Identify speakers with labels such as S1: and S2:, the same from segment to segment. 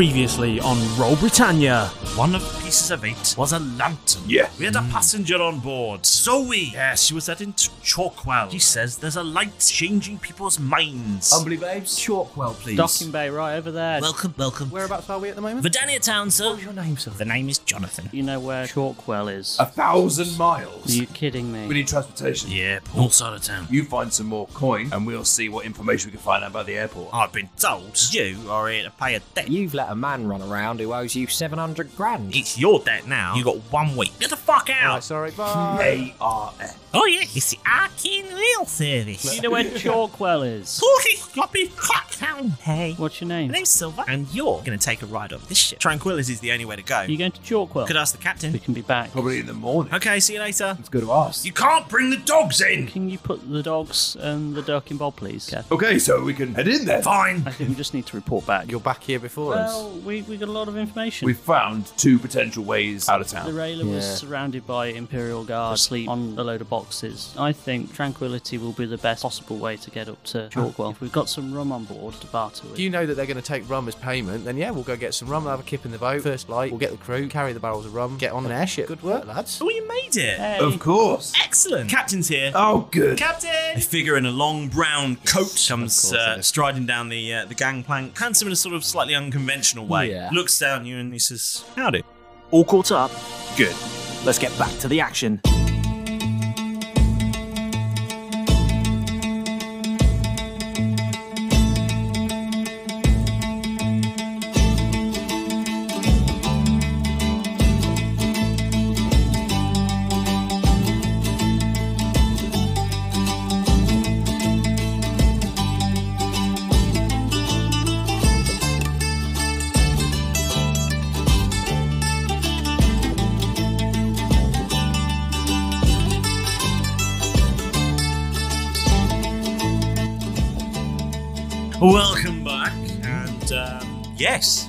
S1: Previously on Roll Britannia.
S2: One of the pieces of eight was a lantern.
S3: Yeah.
S2: We had a passenger on board. Zoe. Yes, she was heading to Chalkwell. She says there's a light changing people's minds.
S3: Humbly babes, Chalkwell, please.
S4: Docking Bay, right over there.
S2: welcome, welcome.
S4: Whereabouts are we at the moment?
S2: Verdania Town, sir.
S3: your name, sir?
S2: The name is Jonathan.
S4: You know where Chalkwell is?
S3: A thousand miles.
S4: Are you kidding me?
S3: We need transportation.
S2: Yeah, north side of town.
S3: You find some more coin, and we'll see what information we can find out about the airport.
S2: I've been told you are here to pay a debt.
S5: You've let a man run around who owes you 700 grand.
S2: It's your debt now. You got one week. Get the fuck out.
S6: sorry, bye.
S3: A-R-S.
S2: Oh yeah, it's the Arkin Rail Service.
S4: You know where Chalkwell is?
S2: Porky, floppy, crack town. Hey.
S4: What's your name?
S2: My name's Silver, and you're gonna take a ride up this ship. Tranquility is the only way to go.
S4: You going to Chalkwell?
S2: Could ask the captain.
S4: We can be back.
S3: Probably in the morning.
S2: Okay, see you later.
S3: It's good to ask.
S2: You can't bring the dogs in.
S4: Can you put the dogs and the ducking bob, please? Kath?
S3: Okay, so we can head in there.
S2: Fine.
S4: I think we just need to report back.
S6: You're back here before us.
S4: well, we, we got a lot of information.
S3: We found two potential ways out of
S4: the
S3: town.
S4: railer was surrounded by Imperial Guard, asleep on a load of boxes. I think tranquility will be the best possible way to get up to Chalkwell. If we've got some rum on board to barter with.
S6: If you know that they're going to take rum as payment, then yeah, we'll go get some rum, have a kip in the boat, first light, we'll get the crew, carry the barrels of rum, get on an airship. Good work, lads.
S2: Oh, you made it.
S4: Hey,
S3: Of course.
S2: Excellent. Captain's here.
S3: Oh, good.
S2: Captain! A figure in a long brown coat comes uh, striding down the uh, the gangplank, handsome in a sort of slightly unconventional way.
S5: Yeah.
S2: Looks down at you and he says, "Howdy."
S5: All caught up.
S3: Good.
S5: Let's get back to the action.
S2: Welcome back. And um, yes,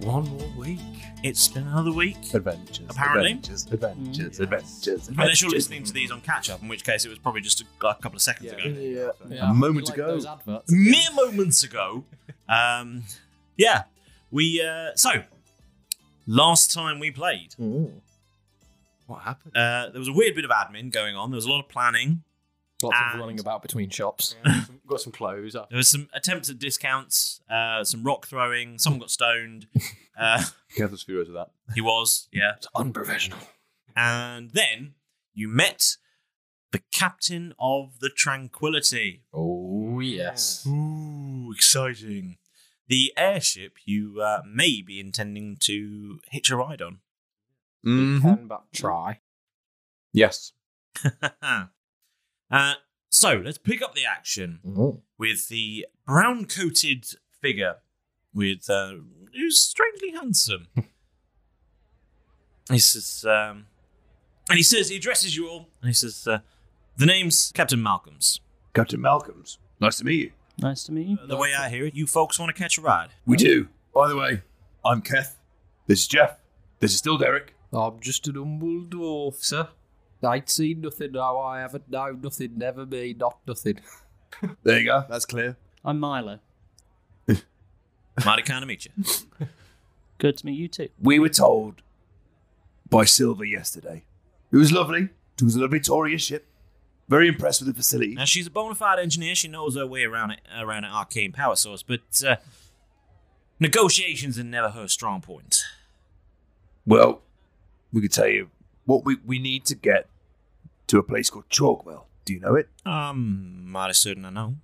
S3: One more week. Uh,
S2: it's been another week.
S3: Adventures.
S2: Apparently.
S3: Adventures. Adventures. Adventures.
S2: Unless you're listening to these on catch up, in which case it was probably just a, a couple of seconds ago.
S3: A moment ago.
S2: Mere moments ago. Um, yeah, we. Uh, so, last time we played,
S3: Hmm.
S6: What happened?
S2: uh, there was a weird bit of admin going on, there was a lot of planning.
S5: Lots
S2: And-
S5: of running about between shops.
S6: got some clothes.
S2: There was some attempts at discounts, uh, some rock throwing. Someone got stoned. Uh,
S3: Catherine's furious with that.
S2: he was, yeah.
S5: It's unprofessional.
S2: And then you met the captain of the Tranquility.
S5: Oh, yes.
S2: Ooh, exciting! The airship you uh, may be intending to hitch a ride on.
S3: Mm-hmm.
S5: Try.
S3: Yes.
S2: uh, so let's pick up the action with the brown-coated figure with uh, who's strangely handsome. he says, um, and he says he addresses you all, and he says, uh, "The name's Captain Malcolm's.
S3: Captain Malcolm's. Nice to meet you.
S4: nice to meet you.
S2: The way I hear it, you folks want to catch a ride."
S3: We do. By the way, I'm Keth. This is Jeff. This is still Derek.
S5: I'm just an humble dwarf, sir. I'd seen nothing, now I haven't known nothing, never me, not nothing.
S3: There you go. That's clear.
S4: I'm Milo.
S2: Mighty kind of meet you.
S4: Good to meet you too.
S3: We were told by Silver yesterday. It was lovely. It was a lovely Tory ship. Very impressed with the facility.
S2: Now she's a bona fide engineer. She knows her way around it, around an arcane power source, but uh, negotiations are never her strong point.
S3: Well, we could tell you what we, we need to get to a place called Chalkwell. Do you know it?
S2: I'm mighty certain I know.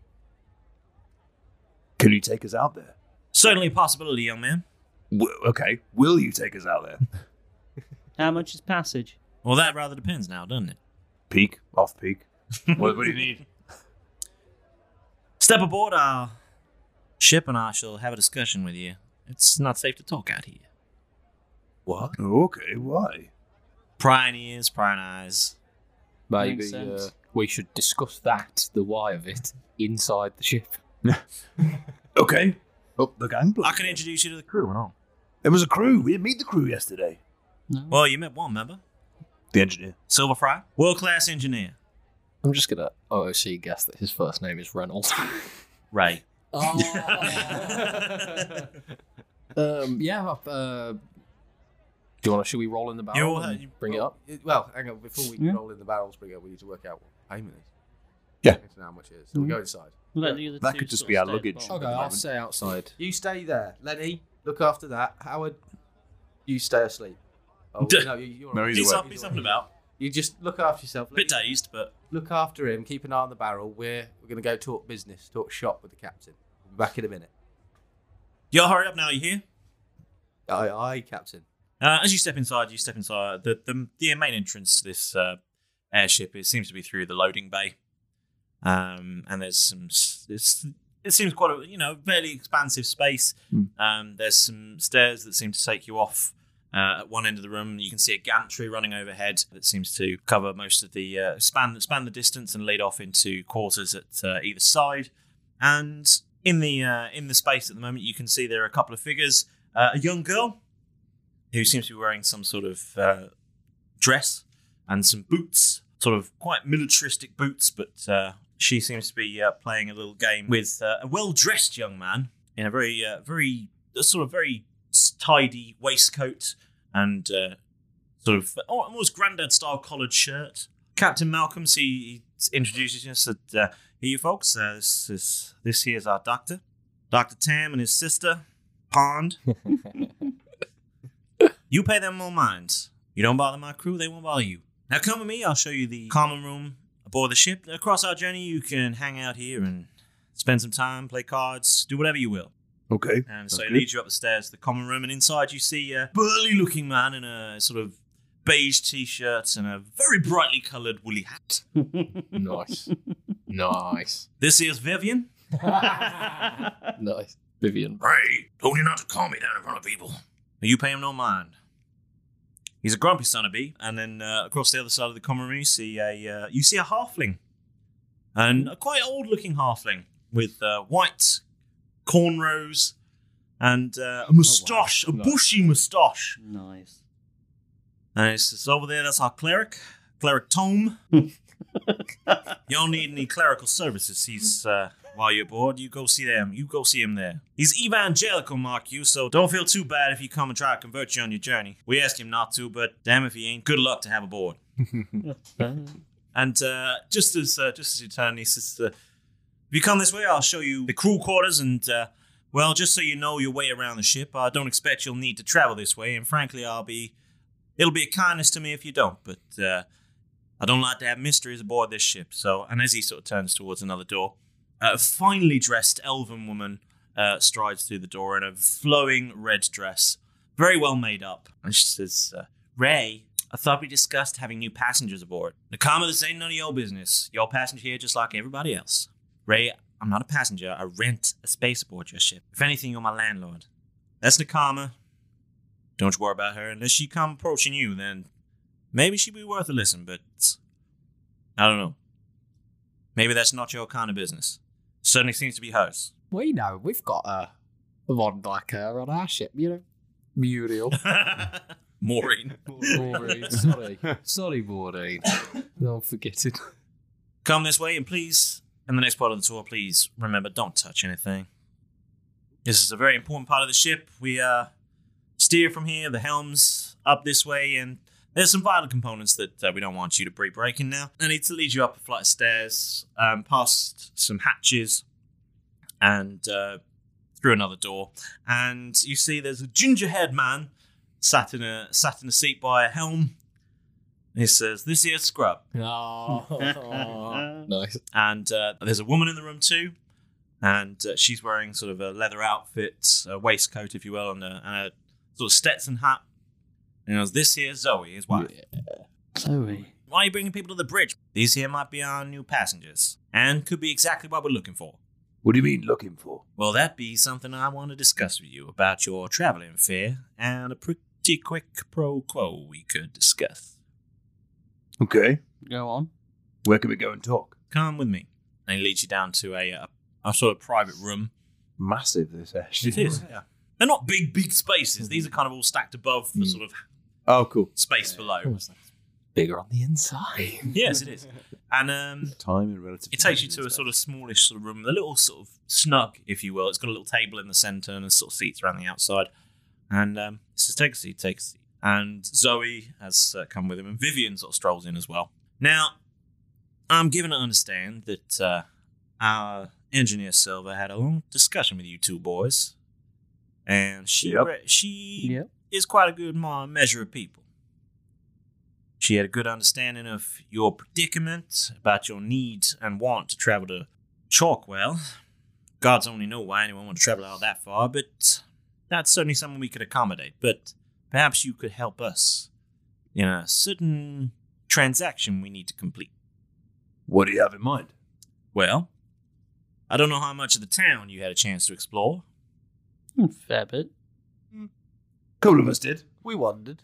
S3: Can you take us out there?
S2: Certainly a possibility, young man.
S3: W- okay. Will you take us out there?
S4: How much is passage?
S2: Well, that rather depends now, doesn't it?
S3: Peak? Off peak? what, what do you need?
S2: Step aboard our ship, and I shall have a discussion with you. It's not safe to talk out here.
S3: What? Okay, why?
S2: Prying ears, prying eyes.
S4: Makes
S5: Maybe
S4: sense.
S5: uh, we should discuss that, the why of it, inside the ship.
S3: Okay. Up the
S2: I
S3: gangplank.
S2: can introduce you to the crew and all.
S3: There was a crew. We didn't meet the crew yesterday.
S4: No.
S2: Well, you met one member,
S3: The engineer.
S2: Silver Fry, world class engineer
S5: I'm just gonna OOC guess that his first name is Reynolds.
S2: Ray.
S5: um, yeah. Uh, do you want to? Should we roll in the barrel?
S2: You all
S5: and
S2: had- you-
S5: bring it up.
S6: It- Well, hang on. Before we
S4: Yeah.
S6: roll in the barrels, bring it up, we need to work out what payment is.
S3: Yeah.
S6: We need to know how much it is. So we go inside.
S4: Let the other
S3: That
S4: two
S3: could just
S4: sort
S3: be
S4: of
S3: our
S4: stay at
S3: luggage.
S4: the bottom.
S5: Okay, I'll stay outside.
S6: You stay there, Lenny. Look after that, Howard. You stay asleep. Oh no, you, you're
S3: No,
S6: alright.
S3: Either
S2: he's
S3: way.
S2: up, he's up and about.
S6: You just look after yourself.
S2: A bit
S6: Look,
S2: dazed, but
S6: look after him. Keep an eye on the barrel. We're we're gonna go talk business, talk shop with the captain. We'll be back in a minute.
S2: you'll hurry up now, you hear?
S6: Aye, aye, captain.
S2: Uh, as you step inside, you step inside. The, the, the main entrance to this uh, airship it seems to be through the loading bay. Um, and there's some. s- It's, it seems quite a you know fairly expansive space. Um, there's some stairs that seem to take you off uh, at one end of the room. You can see a gantry running overhead that seems to cover most of the uh, span span the distance and lead off into quarters at uh, either side. And in the uh, in the space at the moment, you can see there are a couple of figures. Uh, a young girl who seems to be wearing some sort of uh, dress and some boots, sort of quite militaristic boots, but uh, she seems to be uh, playing a little game with uh, a well dressed young man in a very, uh, very, a sort of very tidy waistcoat and uh, sort of oh, al- almost grandad style collared shirt. Captain Malcolm, he, he introduces us that uh, here you folks, uh, this, is, this here is our doctor, Dr. Tam and his sister, Pond. You pay them no mind. You don't bother my crew, they won't bother you. Now come with me, I'll show you the common room aboard the ship. Across our journey, you can hang out here and spend some time, play cards, do whatever you will.
S3: Okay.
S2: And so
S3: Sounds
S2: it
S3: good.
S2: leads you up the stairs to the common room, and inside you see a burly looking man in a sort of beige t shirt and a very brightly coloured woolly hat.
S5: nice, nice,
S2: This is Vivian.
S5: nice. Vivian.
S2: Hey, told you not to call me down in front of people. You pay him no mind. He's a grumpy son of bee. And then uh, across the other side of the common room, you see a uh, you see a halfling, and a quite old looking halfling with uh, white cornrows and uh, a moustache, a bushy moustache.
S4: Nice.
S2: And it's, it's over there. That's our cleric, cleric Tome. Y'all need any clerical services? He's uh, while you're bored, you go see them. You go see him there. He's evangelical, mark you. So don't feel too bad if he come and try to convert you on your journey. We asked him not to, but damn if he ain't. Good luck to have aboard. And uh, just as uh, just as you turn, he says, uh, "If you come this way, I'll show you the crew quarters." And uh, well, just so you know your way around the ship, I don't expect you'll need to travel this way. And frankly, I'll be it'll be a kindness to me if you don't. But uh, I don't like to have mysteries aboard this ship. So, and as he sort of turns towards another door, a finely dressed elven woman uh, strides through the door in a flowing red dress, very well made up. And she says, uh, Ray, I thought we discussed having new passengers aboard. Nakama, this ain't none of your business. You're a passenger here just like everybody else. Ray, I'm not a passenger. I rent a space aboard your ship. If anything, you're my landlord. That's Nakama. Don't you worry about her. Unless she come approaching you, then maybe she'd be worth a listen, but I don't know. Maybe that's not your kind of business. Certainly seems to be hers.
S5: We know we've got a one like her on our ship. You know, Muriel.
S2: Maureen.
S5: Maureen, sorry, sorry, Maureen. Don't forget it.
S2: Come this way, and please, in the next part of the tour, please remember don't touch anything. This is a very important part of the ship. We uh, steer from here, the helms up this way, and there's some vital components that uh, we don't want you to be breaking now. I need to lead you up a flight of stairs, um, past some hatches, and uh, through another door. And you see there's a ginger-haired man sat in a sat in a seat by a helm. He says, "This here's Scrub."
S5: Oh, nice.
S2: and uh, there's a woman in the room too, and uh, she's wearing sort of a leather outfit, a waistcoat, if you will, and a, and a sort of Stetson hat. And it was this here Zoe, his wife.
S4: Zoe.
S2: Why are you bringing people to the bridge? These here might be our new passengers, and could be exactly what we're looking for.
S3: What do you mean looking for?
S2: Well, that be something I want to discuss with you about your traveling fare, and a pretty quick pro quo we could discuss.
S3: Okay.
S4: Go on.
S3: Where can we go and talk?
S2: Come with me, and he leads you down to a, a, a sort of private room
S3: Massive this actually.
S2: It is. Yeah. They're not big, big spaces. These are kind of all stacked above the sort of
S3: Oh, cool.
S2: space below.
S5: bigger on the inside.
S2: yes, it is. And um,
S3: Time in relative.
S2: it takes you to a sort of smallish sort of room, a little sort of snug, if you will. It's got a little table in the centre and sort of seats around the outside. And um, it says, "Take a seat, take a seat." And Zoe has uh, come with him, and Vivian sort of strolls in as well. Now, I'm given to understand that uh, our engineer Silver had a long discussion with you two boys, and she
S3: Yep.
S2: re- she
S4: Yep.
S2: is quite a good ma- measure of people. She had a good understanding of your predicament, about your need and want to travel to Chalkwell. Gods only know why anyone would travel out that far, but that's certainly something we could accommodate. But perhaps you could help us in a certain transaction we need to complete.
S3: What do you have in mind?
S2: Well, I don't know how much of the town you had a chance to explore.
S4: Hmm, Fair bit.
S3: A couple of us did.
S6: We wondered.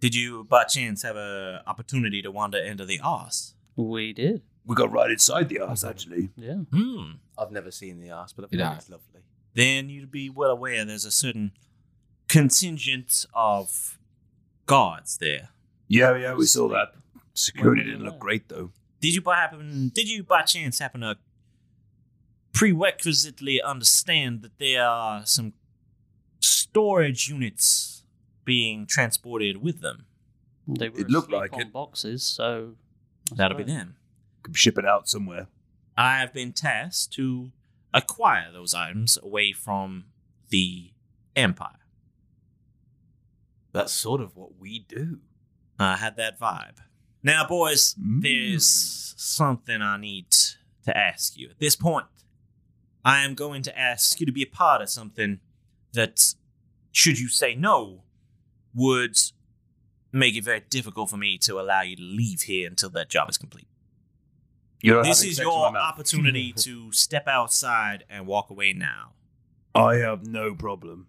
S2: Did you, by chance, have a opportunity to wander into the arse?
S4: We did.
S3: We got right inside the arse, actually.
S4: Yeah.
S2: Hmm.
S6: I've never seen the arse, but I've
S5: Yeah.
S6: heard it's lovely.
S2: Then you'd be well aware there's a certain contingent of guards there.
S3: Yeah, yeah, we saw that. Security
S4: When we
S3: didn't
S4: were
S3: look
S4: there.
S3: great though.
S2: Did you by happen? Did you by chance happen to prerequisitely understand that there are some storage units being transported with them?
S4: They were
S3: It looked
S4: asleep
S3: like
S4: on
S3: it.
S4: boxes, so I
S2: That'll be
S4: suppose.
S2: them.
S3: Could ship it out somewhere.
S2: I have been tasked to acquire those items away from the Empire.
S6: That's sort of what we do.
S2: I had that vibe. Now, boys,
S6: Mm.
S2: there's something I need to ask you. At this point, I am going to ask you to be a part of something that, should you say no, would make it very difficult for me to allow you to leave here until that job is complete.
S3: You're not
S2: This
S3: having
S2: is
S3: sex with my
S2: your
S3: mouth.
S2: opportunity to step outside and walk away now.
S3: I have no problem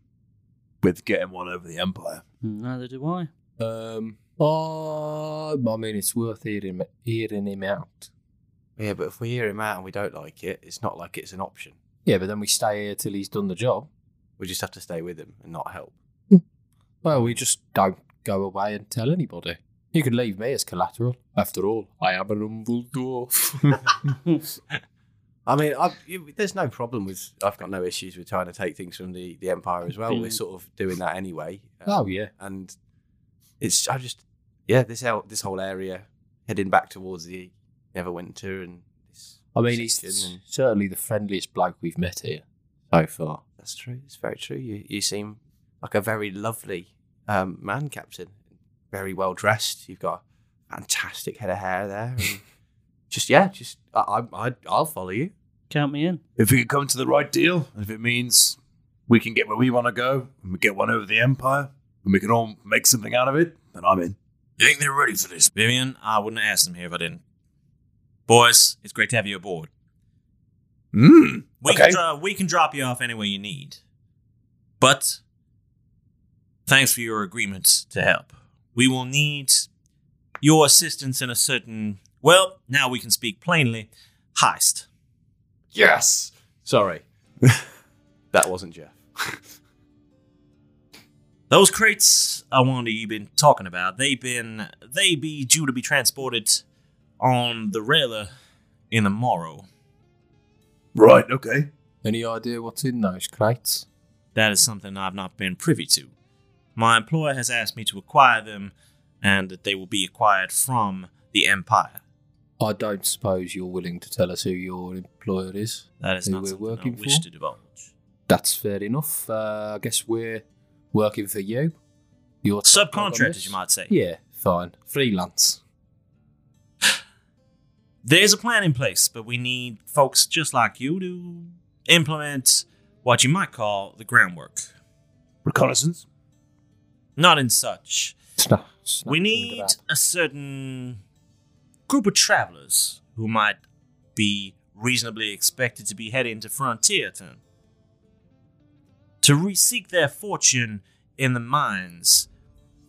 S3: with getting one over the Empire.
S4: Mm, Neither do I.
S5: Um, oh, I mean, it's worth hearing him, hearing him out.
S6: Yeah, but if we hear him out and we don't like it, it's not like it's an option.
S5: Yeah, but then we stay here till he's done the job.
S6: We just have to stay with him and not help.
S5: Well, we just don't go away and tell anybody. You can leave me as collateral. After all, I am an humble dwarf.
S6: I mean, I've, you, there's no problem with. I've got no issues with trying to take things from the, the empire as well. We're
S4: Brilliant.
S6: sort of doing that anyway. Um,
S5: oh yeah,
S6: and it's I just yeah this whole this whole area heading back towards the Neverwinter and this
S5: I mean he's
S6: section and-
S5: certainly the friendliest bloke we've met here.
S6: so far. That's true. It's very true. You you seem like a very lovely um, man, Captain. Very well dressed. You've got a fantastic head of hair there. And just yeah, just I, I I I'll follow you.
S4: Count me in.
S3: If we can come to the right deal, if it means we can get where we want to go, and we get one over the Empire, and we can all make something out of it, then I'm in.
S2: You think they're ready for this? Vivian, I wouldn't have asked them here if I didn't. Boys, it's great to have you aboard.
S3: Mm.
S2: We,
S3: Okay.
S2: can, dro- we can drop you off anywhere you need. But thanks for your agreement to help. We will need your assistance in a certain, well, now we can speak plainly, heist.
S6: Yes. Sorry, that wasn't Jeff.
S2: Those crates I wonder you've been talking about, they've been they be due to be transported on the railer in the morrow.
S3: Right, okay.
S5: Any idea what's in those crates?
S2: That is something I've not been privy to. My employer has asked me to acquire them and that they will be acquired from the Empire.
S5: I don't suppose you're willing to tell us who your employer is.
S2: That is
S5: Who
S2: not
S5: we're
S2: something
S5: working
S2: I wish
S5: for?
S2: to divulge.
S5: That's fair enough. Uh, I guess we're working for you. You're top dog on
S2: Subcontractors,
S5: this?
S2: you might say.
S5: Yeah, fine. Freelance.
S2: There's a plan in place, but we need folks just like you to implement what you might call the groundwork.
S3: Reconnaissance.
S2: Not in such.
S5: Snap, snap
S2: we
S5: into
S2: need
S5: that.
S2: a certain group of travelers who might be reasonably expected to be heading to Frontier Town to reseek their fortune in the mines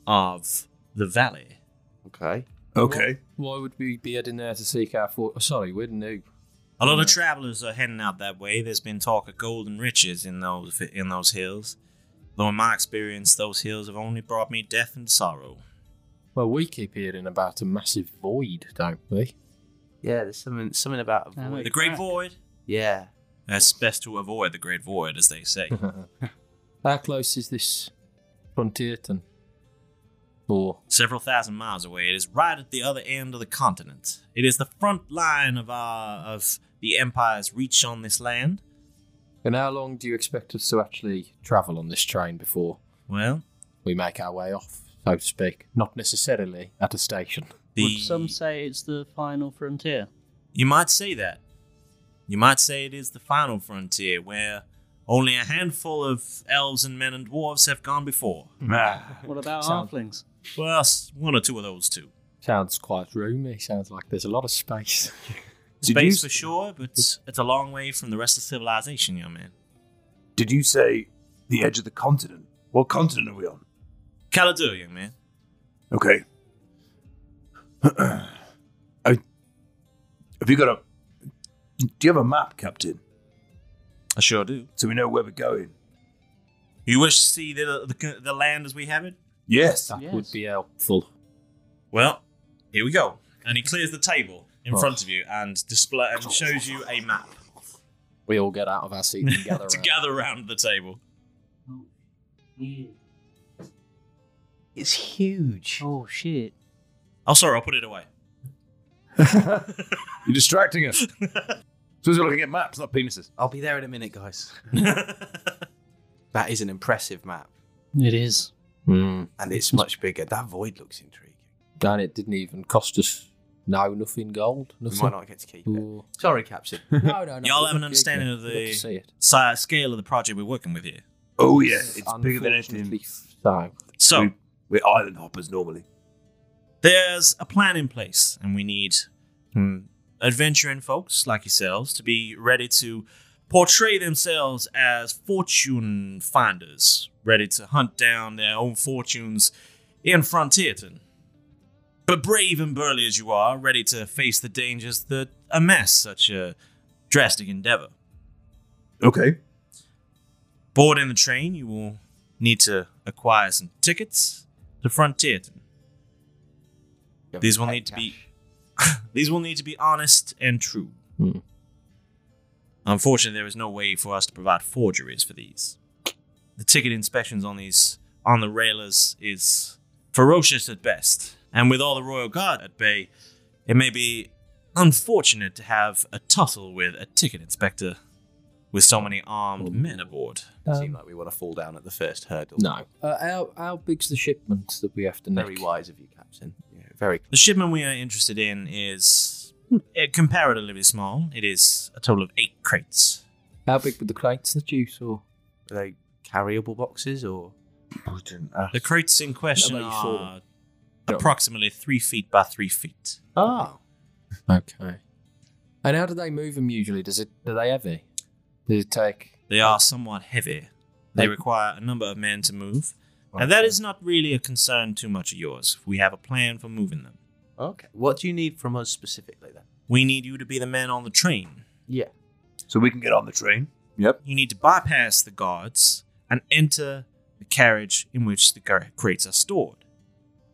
S2: of the valley.
S6: Okay.
S3: Okay.
S5: Why would we be heading there to seek our for? Sorry, we're new.
S2: A lot of travelers are heading out that way. There's been talk of gold and riches in those in those hills, though in my experience, those hills have only brought me death and sorrow.
S5: Well, we keep hearing about a massive void, don't we?
S6: Yeah, there's something something about a
S4: Yeah,
S6: void.
S2: The Great
S4: Crack.
S2: Void.
S6: Yeah.
S2: It's best to avoid the Great Void, as they say.
S5: How close is this frontier then? Or
S2: Several thousand miles away, it is right at the other end of the continent. It is the front line of our of the Empire's reach on this land.
S5: and how long do you expect us to actually travel on this train before
S2: Well,
S5: we make our way off, so to speak? Not necessarily at a station.
S2: the
S4: Would some say it's the final frontier?
S2: You might say that. You might say it is the final frontier where only a handful of elves and men and dwarves have gone before.
S3: Ah.
S4: What about
S5: Sounds-
S4: halflings?
S2: Well, s- one or two of those too.
S5: Sounds quite roomy. Sounds like there's a lot of space.
S3: Did
S2: Space for
S3: you-
S2: sure, but it's a long way from the rest of civilization, young man.
S3: Did you say the edge of the continent? What continent are we on?
S2: Caladur, young man.
S3: Okay. I, have you got a? Do you have a map, Captain?
S2: I sure do.
S3: So we know where we're going.
S2: You wish to see the, the, the land as we have it?
S3: Yes.
S5: That
S4: Yes.
S5: would be helpful.
S2: Well, here we go. And he clears the table in
S5: Oh.
S2: front of you and display and shows you a map
S5: We all get out of our seats and gather
S2: to
S5: around.
S2: gather around the table.
S4: Oh,
S6: It's huge.
S4: Oh shit!
S2: Oh, sorry, I'll put it away.
S3: You're distracting us. so we're looking at maps, not penises.
S6: I'll be there in a minute, guys. That is an impressive map.
S4: It is.
S5: Mm.
S6: And it's much bigger. That void looks intriguing.
S5: And it didn't even cost us no nothing gold.
S6: We
S5: Nothing.
S6: might not get to keep it.
S5: Or-
S6: Sorry, Captain.
S5: no, no, no.
S2: Y'all have an
S5: we'll
S2: understanding of
S5: keep it. We'd love
S2: the-
S5: to see it.
S2: si- scale of the project we're working with here.
S3: Oh yeah, it's bigger than
S5: Unfortunately,
S3: anything.
S5: So,
S2: So
S3: We- We're island hoppers normally.
S2: there's a plan in place, and we need hmm, adventuring folks like yourselves to be ready to portray themselves as fortune finders, ready to hunt down their own fortunes in Frontierton. But brave and burly as you are, ready to face the dangers that amass such a drastic endeavor.
S3: Okay.
S2: Boarding the train, you will need to acquire some tickets to Frontierton. These will need to be- These will need to be honest and true.
S5: Hmm.
S2: Unfortunately, there is no way for us to provide forgeries for these. The ticket inspections on these on the railers is ferocious at best, and with all the royal guard at bay, it may be unfortunate to have a tussle with a ticket inspector with so many armed men aboard.
S5: um,
S6: Seem like we want to fall down at the first hurdle.
S5: no. Uh, how, how big's the shipment that we have to
S6: Very
S5: nick?
S6: wise of you, Captain. Yeah, very.
S2: The shipment we are interested in is eh, comparatively small. It is a total of eight crates.
S5: How big were the crates that you saw?
S6: Are they carryable boxes or?
S2: The crates in question
S5: Nobody saw
S2: are approximately three feet by three feet.
S6: Oh.
S5: Okay. And how do they move them usually? Does it? Are they heavy? Does it take?
S2: They are somewhat heavy. They
S5: Like-
S2: require a number of men to move. Now, that is not really a concern too much of yours. We have a plan for moving them.
S6: Okay. What do you need from us specifically then?
S2: We need you to be the man on the train.
S6: Yeah.
S3: So we can get on the train. Yep.
S2: You need to bypass the guards and enter the carriage in which the car- crates are stored.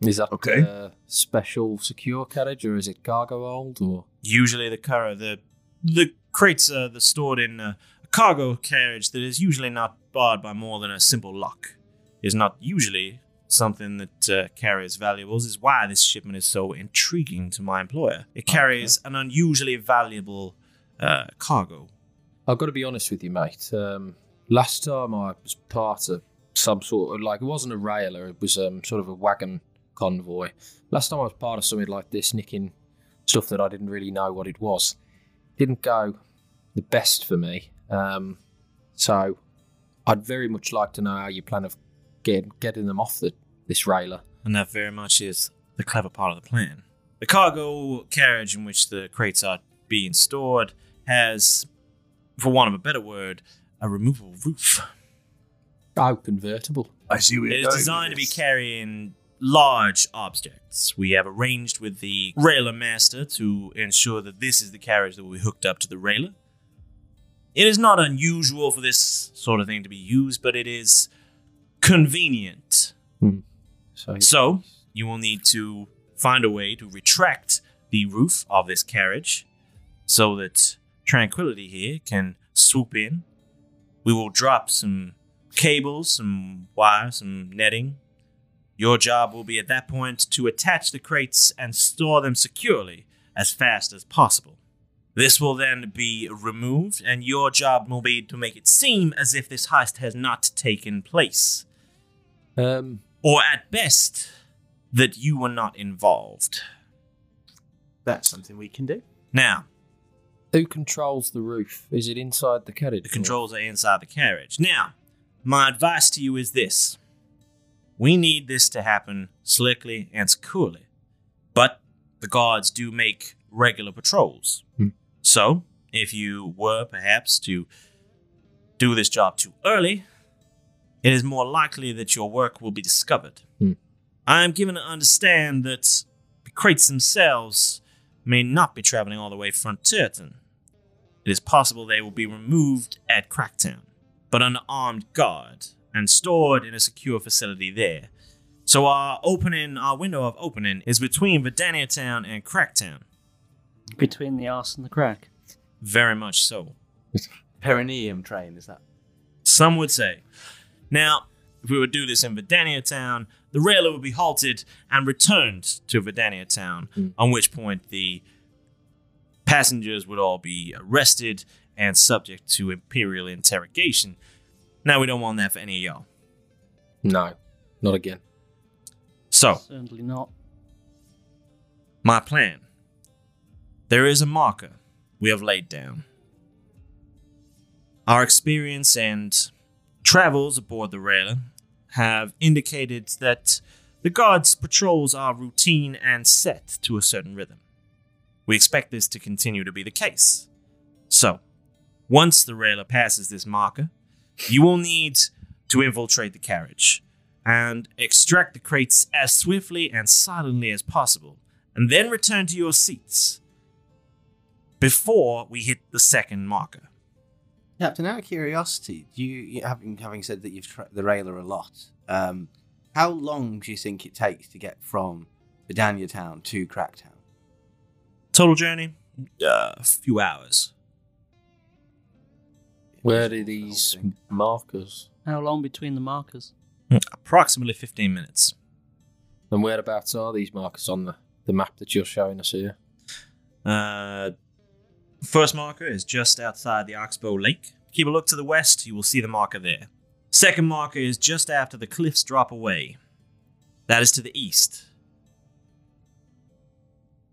S5: Is that
S3: Okay.
S5: a special secure carriage, or is it cargo hold, or
S2: Usually, the car- the the crates are they're stored in uh, a cargo carriage that is usually not barred by more than a simple lock. Is not usually something that uh, carries valuables. Is why this shipment is so intriguing to my employer. It carries an unusually valuable uh, cargo.
S5: I've got to be honest with you, mate. Um, last time I was part of some sort of like it wasn't a railer; it was um, sort of a wagon convoy. Last time I was part of something like this, nicking stuff that I didn't really know what it was, didn't go the best for me. Um, so I'd very much like to know how you plan of get, getting them off the, this railer.
S2: And that very much is the clever part of the plan. The cargo carriage in which the crates are being stored has, for want of a better word, a removable roof.
S5: Oh, convertible.
S3: I see where
S2: It
S3: you're
S2: is
S3: going
S2: designed to
S3: with
S2: be
S3: this.
S2: carrying large objects. We have arranged with the railer master to ensure that this is the carriage that will be hooked up to the railer. It is not unusual for this sort of thing to be used, but it is convenient.
S5: So
S2: So, you will need to find a way to retract the roof of this carriage so that Tranquility here can swoop in. We will drop some cables, some wire, some netting. Your job will be at that point to attach the crates and store them securely as fast as possible. This will then be removed, and your job will be to make it seem as if this heist has not taken place,
S5: Um,
S2: or at best, that you were not involved.
S6: That's something we can do.
S2: Now,
S5: who controls the roof? Is it inside the carriage?
S2: the controls are inside the carriage. Now, my advice to you is this we need this to happen slickly and securely, but the guards do make regular patrols.
S5: Hmm.
S2: So, if you were perhaps to do this job too early, it is more likely that your work will be discovered.
S5: Hmm.
S2: I am given to understand that the crates themselves may not be traveling all the way from Turton. It is possible they will be removed at Cracktown, but under armed guard and stored in a secure facility there. So our opening, our window of opening, is between Verdania Town and Cracktown.
S4: Between the arse and the crack.
S2: Very much so.
S6: Perineum train, is that?
S2: Some would say. Now, if we would do this in Verdania Town, the railer would be halted and returned to Verdania Town, on which point the passengers would all be arrested and subject to imperial interrogation. Now, we don't want that for any of y'all.
S5: No, not again.
S2: So,
S4: Certainly not.
S2: my plan. There is a marker we have laid down. Our experience and travels aboard the railer have indicated that the guards' patrols are routine and set to a certain rhythm. We expect this to continue to be the case. So, once the railer passes this marker, you will need to infiltrate the carriage and extract the crates as swiftly and silently as possible, and then return to your seats before we hit the second marker.
S6: Captain, out of curiosity, you, you having having said that you've tracked the railer a lot, um, how long do you think it takes to get from Vidania Town to Cracktown?
S2: Total journey, uh, a few hours.
S5: Where are these markers?
S4: How long between the markers?
S2: Approximately 15 minutes.
S5: And whereabouts are these markers on the, the map that you're showing us here?
S2: Uh, first marker is just outside the Oxbow Lake. Keep a look to the west, you will see the marker there. Second marker is just after the cliffs drop away. That is to the east.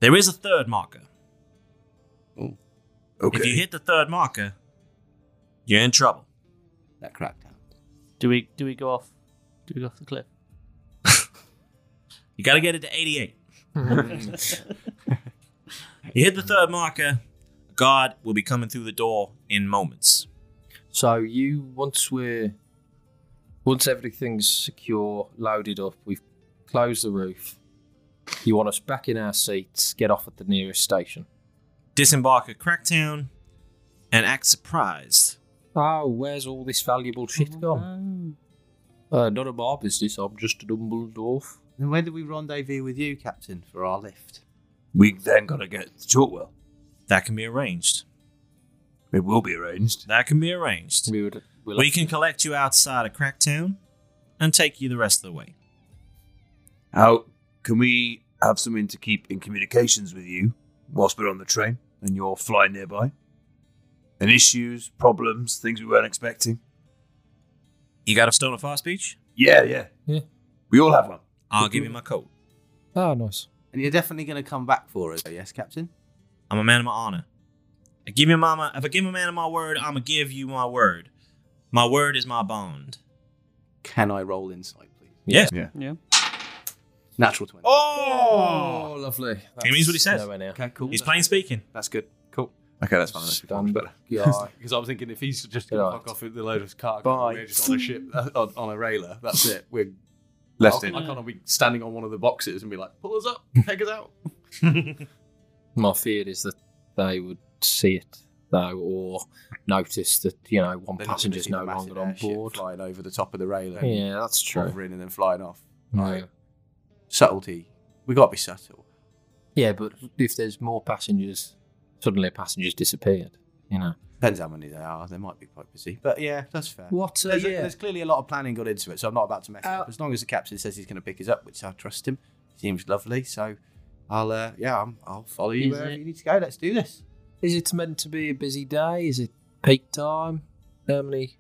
S2: There is a third marker. If you hit the third marker, you're in trouble.
S6: That Cracktown.
S4: Do we do we go off? Do we go off the cliff?
S2: You got to get it to 88. you hit the third marker, God will be coming through the door in moments.
S5: So you once we're once everything's secure, loaded up, we've closed the roof. You want us back in our seats, get off at the nearest station.
S2: Disembark at Cracktown and act surprised.
S5: Oh, where's all this valuable
S7: Oh,
S5: shit gone? Oh, Uh, none of my business, I'm just a humble dwarf.
S6: Then when do we rendezvous with you, Captain, for our lift?
S3: We then got to get to Chalkwell.
S2: That can be arranged.
S3: It will be arranged.
S2: That can be arranged.
S5: We would we'll
S2: We can collect you outside of Cracktown and take you the rest of the way.
S3: How can we have something to keep in communications with you whilst we're on the train and you're flying nearby? And issues, problems, things we weren't expecting.
S2: You got a stone of fast speech?
S3: Yeah, yeah,
S5: Yeah.
S3: We all have one.
S2: I'll give you my coat.
S5: Oh nice.
S6: And you're definitely going to come back for us, yes, Captain?
S2: I'm a man of my honor. I give you mama. If I give a man of my word, I'ma give you my word. My word is my bond.
S6: Can I roll insight, please?
S2: Yes.
S4: Yeah.
S6: Natural 20.
S5: Oh, lovely. That's
S2: means what he says.
S5: nowhere near.
S6: okay, cool.
S2: He's
S6: That's-
S2: plain speaking.
S6: That's good. Cool.
S3: Okay, that's fine. That's
S5: Stand
S3: better.
S5: guy.
S6: Because I was thinking if he's just
S5: gonna
S6: going
S5: Right.
S6: to
S5: fuck
S6: fuck off with the load of cargo,
S3: Bye. we're
S6: we're just on a ship, uh, on, a railer, that's it. We're
S3: Left
S6: I
S3: in.
S6: can't be standing on one of the boxes and be like, pull us up, take us out.
S5: My fear is that they would see it though, or notice that you know
S6: They're
S5: one
S6: not gonna
S5: passenger's
S6: see the
S5: no
S6: massive
S5: longer on
S6: airship
S5: board.
S6: Flying over the top of the railing,
S5: Yeah, that's true.
S6: hovering and then flying off.
S5: No.
S6: subtlety. We got to be subtle.
S5: Yeah, but if there's more passengers, suddenly a passenger's disappeared. You know
S6: Depends how many there are. They might be quite busy. But yeah, that's fair.
S5: what? Uh,
S6: There's, a-
S5: yeah.
S6: there's clearly a lot of planning got into it, so I'm not about to mess it
S5: Uh,
S6: up. As long as the captain says he's going to pick us up, which I trust him, seems lovely. So I'll, uh, yeah, I'm, I'll follow you
S4: Is
S6: wherever
S4: it-
S6: you need to go. Let's do this.
S5: Is it meant to be a busy day? Is it peak time? Normally,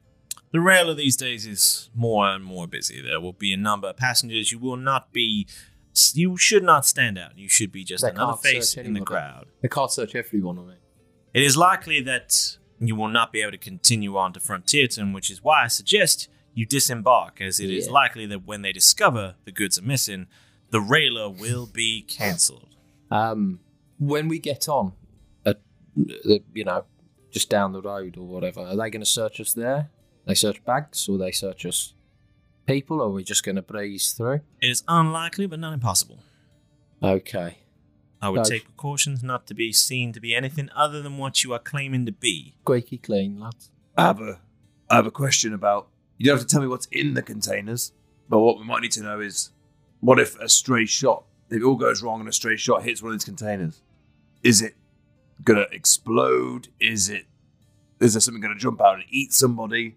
S2: The railer these days is more and more busy. There will be a number of passengers. You will not be. You should not stand out. You should be just
S5: They
S2: another
S5: can't search
S2: face in the
S5: anyone.
S2: crowd.
S5: they can't search everyone on it.
S2: It is likely that you will not be able to continue on to Frontierton, which is why I suggest you disembark, as it is
S5: Yeah.
S2: likely that when they discover the goods are missing, the railer will be cancelled.
S5: Um, when we get on, at, the- you know, just down the road or whatever, are they going to search us there? They search bags, or they search us people, or are we just going to breeze through?
S2: It is unlikely, but not impossible.
S5: Okay.
S2: I would
S5: Nice.
S2: take precautions not to be seen to be anything other than what you are claiming to be.
S5: Squeaky clean, lads.
S3: I have a, I have a question about. You don't have to tell me what's in the containers, but what we might need to know is, what if a stray shot, if it all goes wrong and a stray shot hits one of these containers, is it gonna explode? Is it, is there something gonna jump out and eat somebody?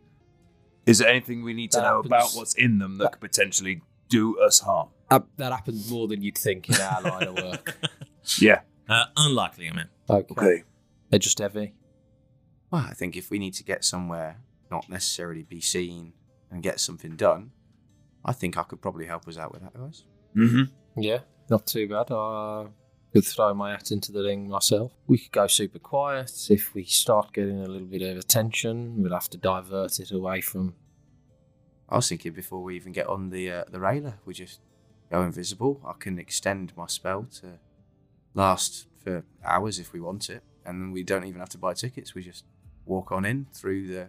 S3: Is there anything we need to
S5: That
S3: know about
S5: happens-
S3: what's in them that could potentially do us harm?
S5: Uh, that happened more than you'd think in our line of work.
S3: Yeah.
S2: Uh, unlikely, I mean.
S5: Okay.
S3: Okay.
S5: They're just heavy.
S6: Well, I think if we need to get somewhere, not necessarily be seen, and get something done, I think I could probably help us out with that, guys.
S3: Mm-hmm.
S5: Yeah, not too bad. I could throw my hat into the ring myself. We could go super quiet. If we start getting a little bit of attention, we'll have to divert it away from.
S6: I was thinking before we even get on the uh, the railer, we just go invisible. I can extend my spell to last for hours if we want it, and then we don't even have to buy tickets. We just walk on in through the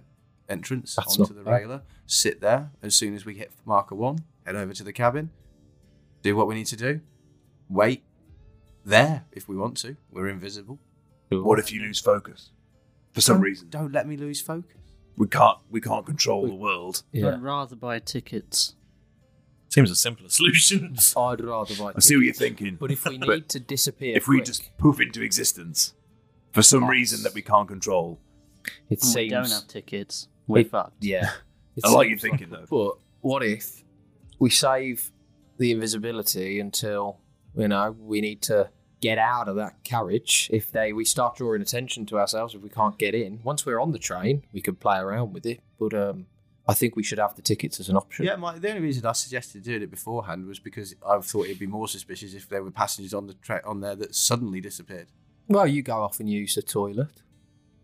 S6: entrance
S5: That's
S6: onto
S5: not
S6: the
S5: bad.
S6: railer, sit there. As soon as we hit marker one, head over to the cabin, do what we need to do, wait there if we want to. We're invisible.
S3: What if you lose focus for some
S6: Don't-
S3: reason?
S6: Don't let me lose focus.
S3: We can't. We can't control the world.
S5: Yeah.
S4: I'd rather buy tickets.
S2: Seems a simpler solution.
S5: I'd rather write.
S3: I see what you're thinking.
S5: But if we
S3: But
S5: need to disappear,
S3: if we
S5: quick,
S3: just poof into existence for some
S5: Nice.
S3: reason that we can't control.
S5: it
S4: We
S5: seems.
S4: don't have tickets. We're
S5: It-
S4: fucked.
S5: yeah, It
S3: I like your
S5: seems
S3: thinking though.
S5: But what if we save the invisibility until you know we need to get out of that carriage? If they we start drawing attention to ourselves, if we can't get in, once we're on the train, we can play around with it. But um, I think we should have the tickets as an option.
S6: Yeah, my, the only reason I suggested doing it beforehand was because I thought it'd be more suspicious if there were passengers on the tra- on there that suddenly disappeared.
S5: Well, you go off and use the toilet.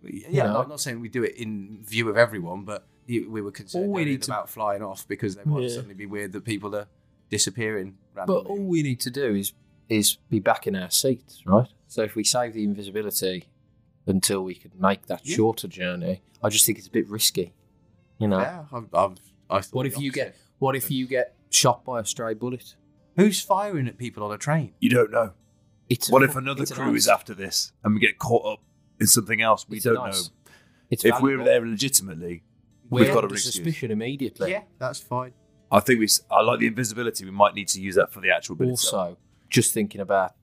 S6: Yeah,
S5: Yeah.
S6: I'm not saying we do it in view of everyone, but you- we were concerned
S5: All we
S6: earlier
S5: need to-
S6: about flying off because they might
S5: Yeah.
S6: suddenly be weird that people are disappearing randomly.
S5: But all we need to do is is be back in our seats, right? So if we save the invisibility until we can make that
S6: Yeah.
S5: shorter journey, I just think it's a bit risky. You know.
S6: yeah, I've, I've, I thought
S5: What if
S6: the
S5: you get
S6: opposite.
S5: what if you get shot by a stray bullet?
S6: who's firing at people on a train?
S3: You don't know.
S5: It's
S3: What if another
S5: it's an
S3: crew is
S5: ice.
S3: after this and we get caught up in something else? We
S5: It's an
S3: don't know.
S5: ice. It's
S3: If we're
S5: valuable.
S3: there legitimately,
S5: We're
S3: we've got
S5: under
S3: an excuse.
S5: suspicion immediately.
S6: Yeah, that's fine.
S3: I think we. s- I like the invisibility. We might need to use that for the actual bit. itself.
S5: Also, just thinking about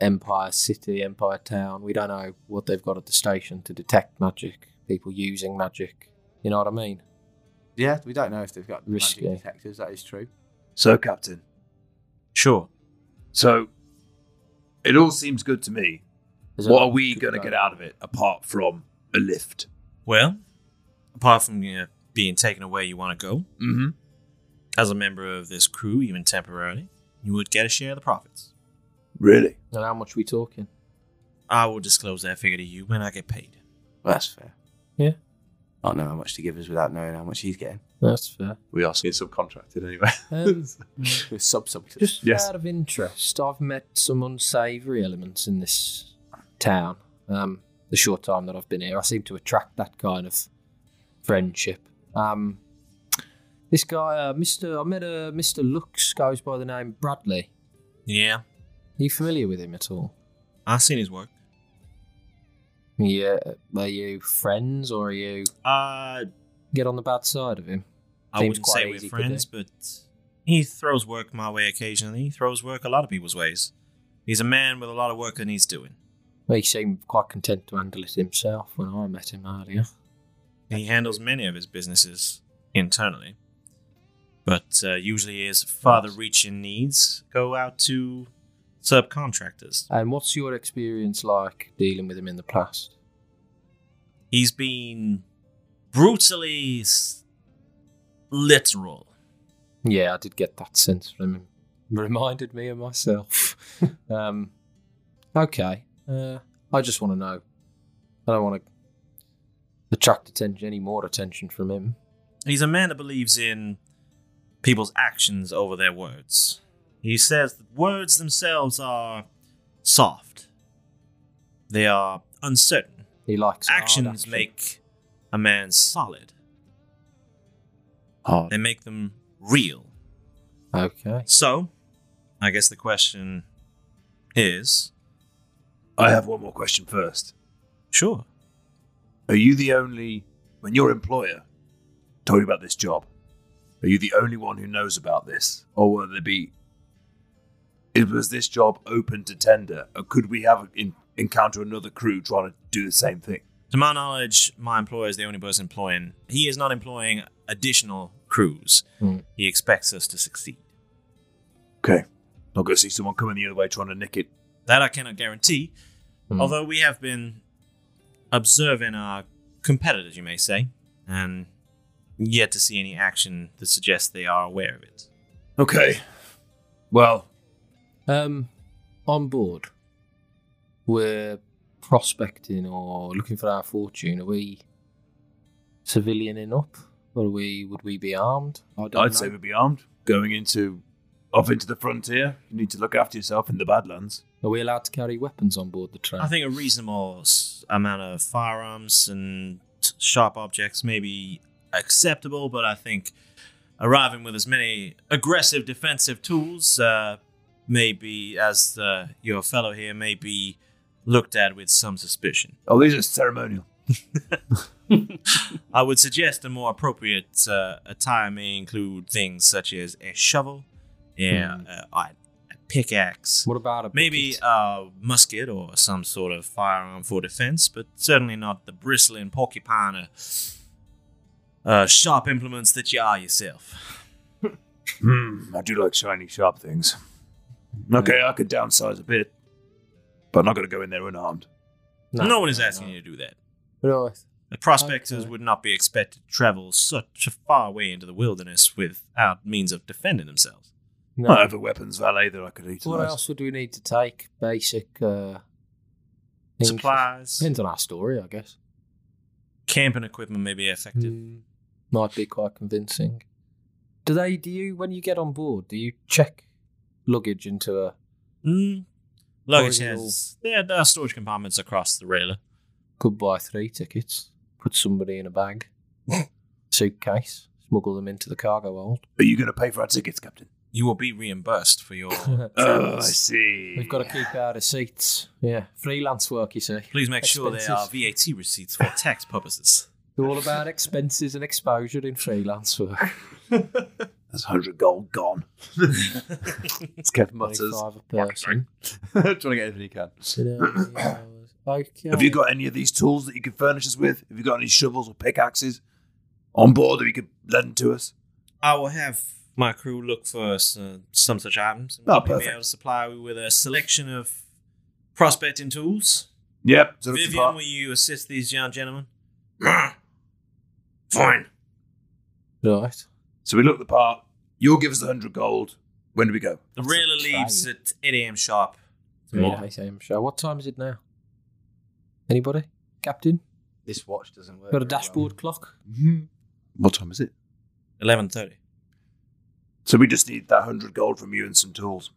S5: Empire City, Empire Town, we don't know what they've got at the station to detect magic, people using magic. You know what I mean?
S6: Yeah, we don't know if they've got magic
S5: Risky.
S6: detectors. That is true.
S3: so Captain.
S2: sure.
S3: So, it all seems good to me.
S5: There's a
S3: What
S5: lot
S3: are we
S5: good
S3: going to
S5: about
S3: get out of it apart from a lift?
S2: Well, apart from you know, being taken away, you want to go.
S3: Mm-hmm.
S2: As a member of this crew, even temporarily, you would get a share of the profits.
S3: Really?
S5: And how much we talking?
S2: I will disclose that figure to you when I get paid.
S6: Well, that's fair.
S5: Yeah.
S6: I don't know how much to give us without knowing how much he's getting.
S5: That's fair.
S3: We are being subcontracted anyway.
S5: Um,
S6: We're sub-subters.
S5: Just
S3: Yes.
S5: out of interest, I've met some unsavoury elements in this town. Um, the short time that I've been here, I seem to attract that kind of friendship. Um, this guy, uh, Mister, I met a Mister Lux, goes by the name Bradley.
S2: Yeah,
S5: Are you familiar with him at all?
S2: I've seen his work.
S5: Yeah, are you friends or are you
S2: Uh,
S5: get on the bad side of him?
S2: I
S5: Seems
S2: wouldn't
S5: quite
S2: say we're
S5: easy, could
S2: friends, but He throws work my way occasionally. He throws work a lot of people's ways. He's a man with a lot of work that needs doing.
S5: He seemed quite content to handle it himself when I met him earlier.
S2: He handles many of his businesses internally, but uh, usually his farther-reaching needs go out to subcontractors.
S5: And what's your experience like dealing with him in the past?
S2: He's been brutally s- literal.
S5: Yeah, I did get that sense from him. Reminded me of myself. um, okay. Uh, I just want to know. I don't want to attract attention, any more attention from him.
S2: He's a man that believes in people's actions over their words. He says that words themselves are soft. They are uncertain.
S5: He likes hard
S2: Actions
S5: action.
S2: make a man solid.
S3: Hard.
S2: They make them real.
S5: Okay.
S2: So, I guess the question is,
S5: Uh,
S3: I have one more question first.
S2: sure.
S3: Are you the only, when your employer told you about this job, are you the only one who knows about this? Or will there be, it was this job open to tender? Or could we have in, encounter another crew trying to do the same thing?
S2: To my knowledge, my employer is the only person employing. He is not employing additional crews.
S5: Hmm.
S2: He expects us to succeed.
S3: Okay. I'll go see someone coming the other way trying to nick it.
S2: That I cannot guarantee.
S5: Hmm.
S2: Although we have been observing our competitors, you may say, and yet to see any action that suggests they are aware of it.
S3: Okay. Well,
S5: Um, on board. We're prospecting or looking for our fortune. Are we civilianing up, or are we would we be armed? I don't
S3: I'd say we'd be armed. Going into, off into the frontier, you need to look after yourself in the Badlands.
S5: Are we allowed to carry weapons on board the train?
S2: I think a reasonable s- amount of firearms and sharp objects may be acceptable, but I think arriving with as many aggressive defensive tools uh, may be, as uh, your fellow here, may be looked at with some suspicion.
S3: Oh, these are ceremonial.
S2: I would suggest a more appropriate uh, attire may include things such as a shovel, yeah, uh, a, a pickaxe,
S5: What about a
S2: Maybe uh,
S5: bucket?
S2: a musket or some sort of firearm for defense, but certainly not the bristling porcupine or uh, sharp implements that you are yourself.
S3: Hmm, I do like shiny, sharp things. Okay, I could downsize a bit, but I'm not going to go in there unarmed.
S2: No, one is asking you to do that.
S5: Right.
S2: The prospectors
S5: Okay.
S2: would not be expected to travel such a far way into the wilderness without means of defending themselves.
S5: No.
S3: I have a weapons valet that I could eat.
S5: what else would we need to take? Basic uh, things?
S2: Supplies,
S5: Depends on our story, I guess. Hmm.
S2: camping equipment may be affected.
S5: Might be quite convincing. Do they? Do you? When you get on board, do you check luggage into a?
S2: Mm. Luggage
S5: Or you'll-
S2: has there are storage compartments across the railer.
S5: Could buy three tickets. Put somebody in a bag, suitcase, smuggle them into the cargo hold.
S3: Are you going to pay for our tickets, Captain?
S2: You will be reimbursed for your
S3: Oh, I
S2: travels.
S3: see.
S5: We've got to keep out of seats. Yeah, freelance work, you see.
S2: Please make sure they are
S5: Expenses.
S2: VAT receipts for tax purposes.
S5: It's all about expenses and exposure in freelance work.
S3: That's 100 gold gone. it's Kev mutters.
S5: Twenty-five a person.
S3: Trying to get anything he can.
S5: okay.
S3: Have you got any of these tools that you could furnish us with? Have you got any shovels or pickaxes on board that you could lend to us?
S2: I will have my crew look for s- uh, some such items.
S3: Oh,
S2: We'll be
S3: perfect.
S2: able to supply you with a selection of prospecting tools.
S3: Yep. sort of
S2: Vivian,
S3: depart-
S2: will you assist these young gentlemen?
S3: Fine.
S5: Right.
S3: So we look the part. You'll give us the 100 gold. When do we go?
S2: The railer leaves at 8 a.m. sharp.
S5: Yeah, I am sure. What time is it now? Anybody? Captain?
S6: This watch doesn't work.
S5: Got
S6: very
S5: a
S6: well.
S5: dashboard clock?
S3: What time is it?
S2: 11.30.
S3: So we just need that hundred gold from you and some tools,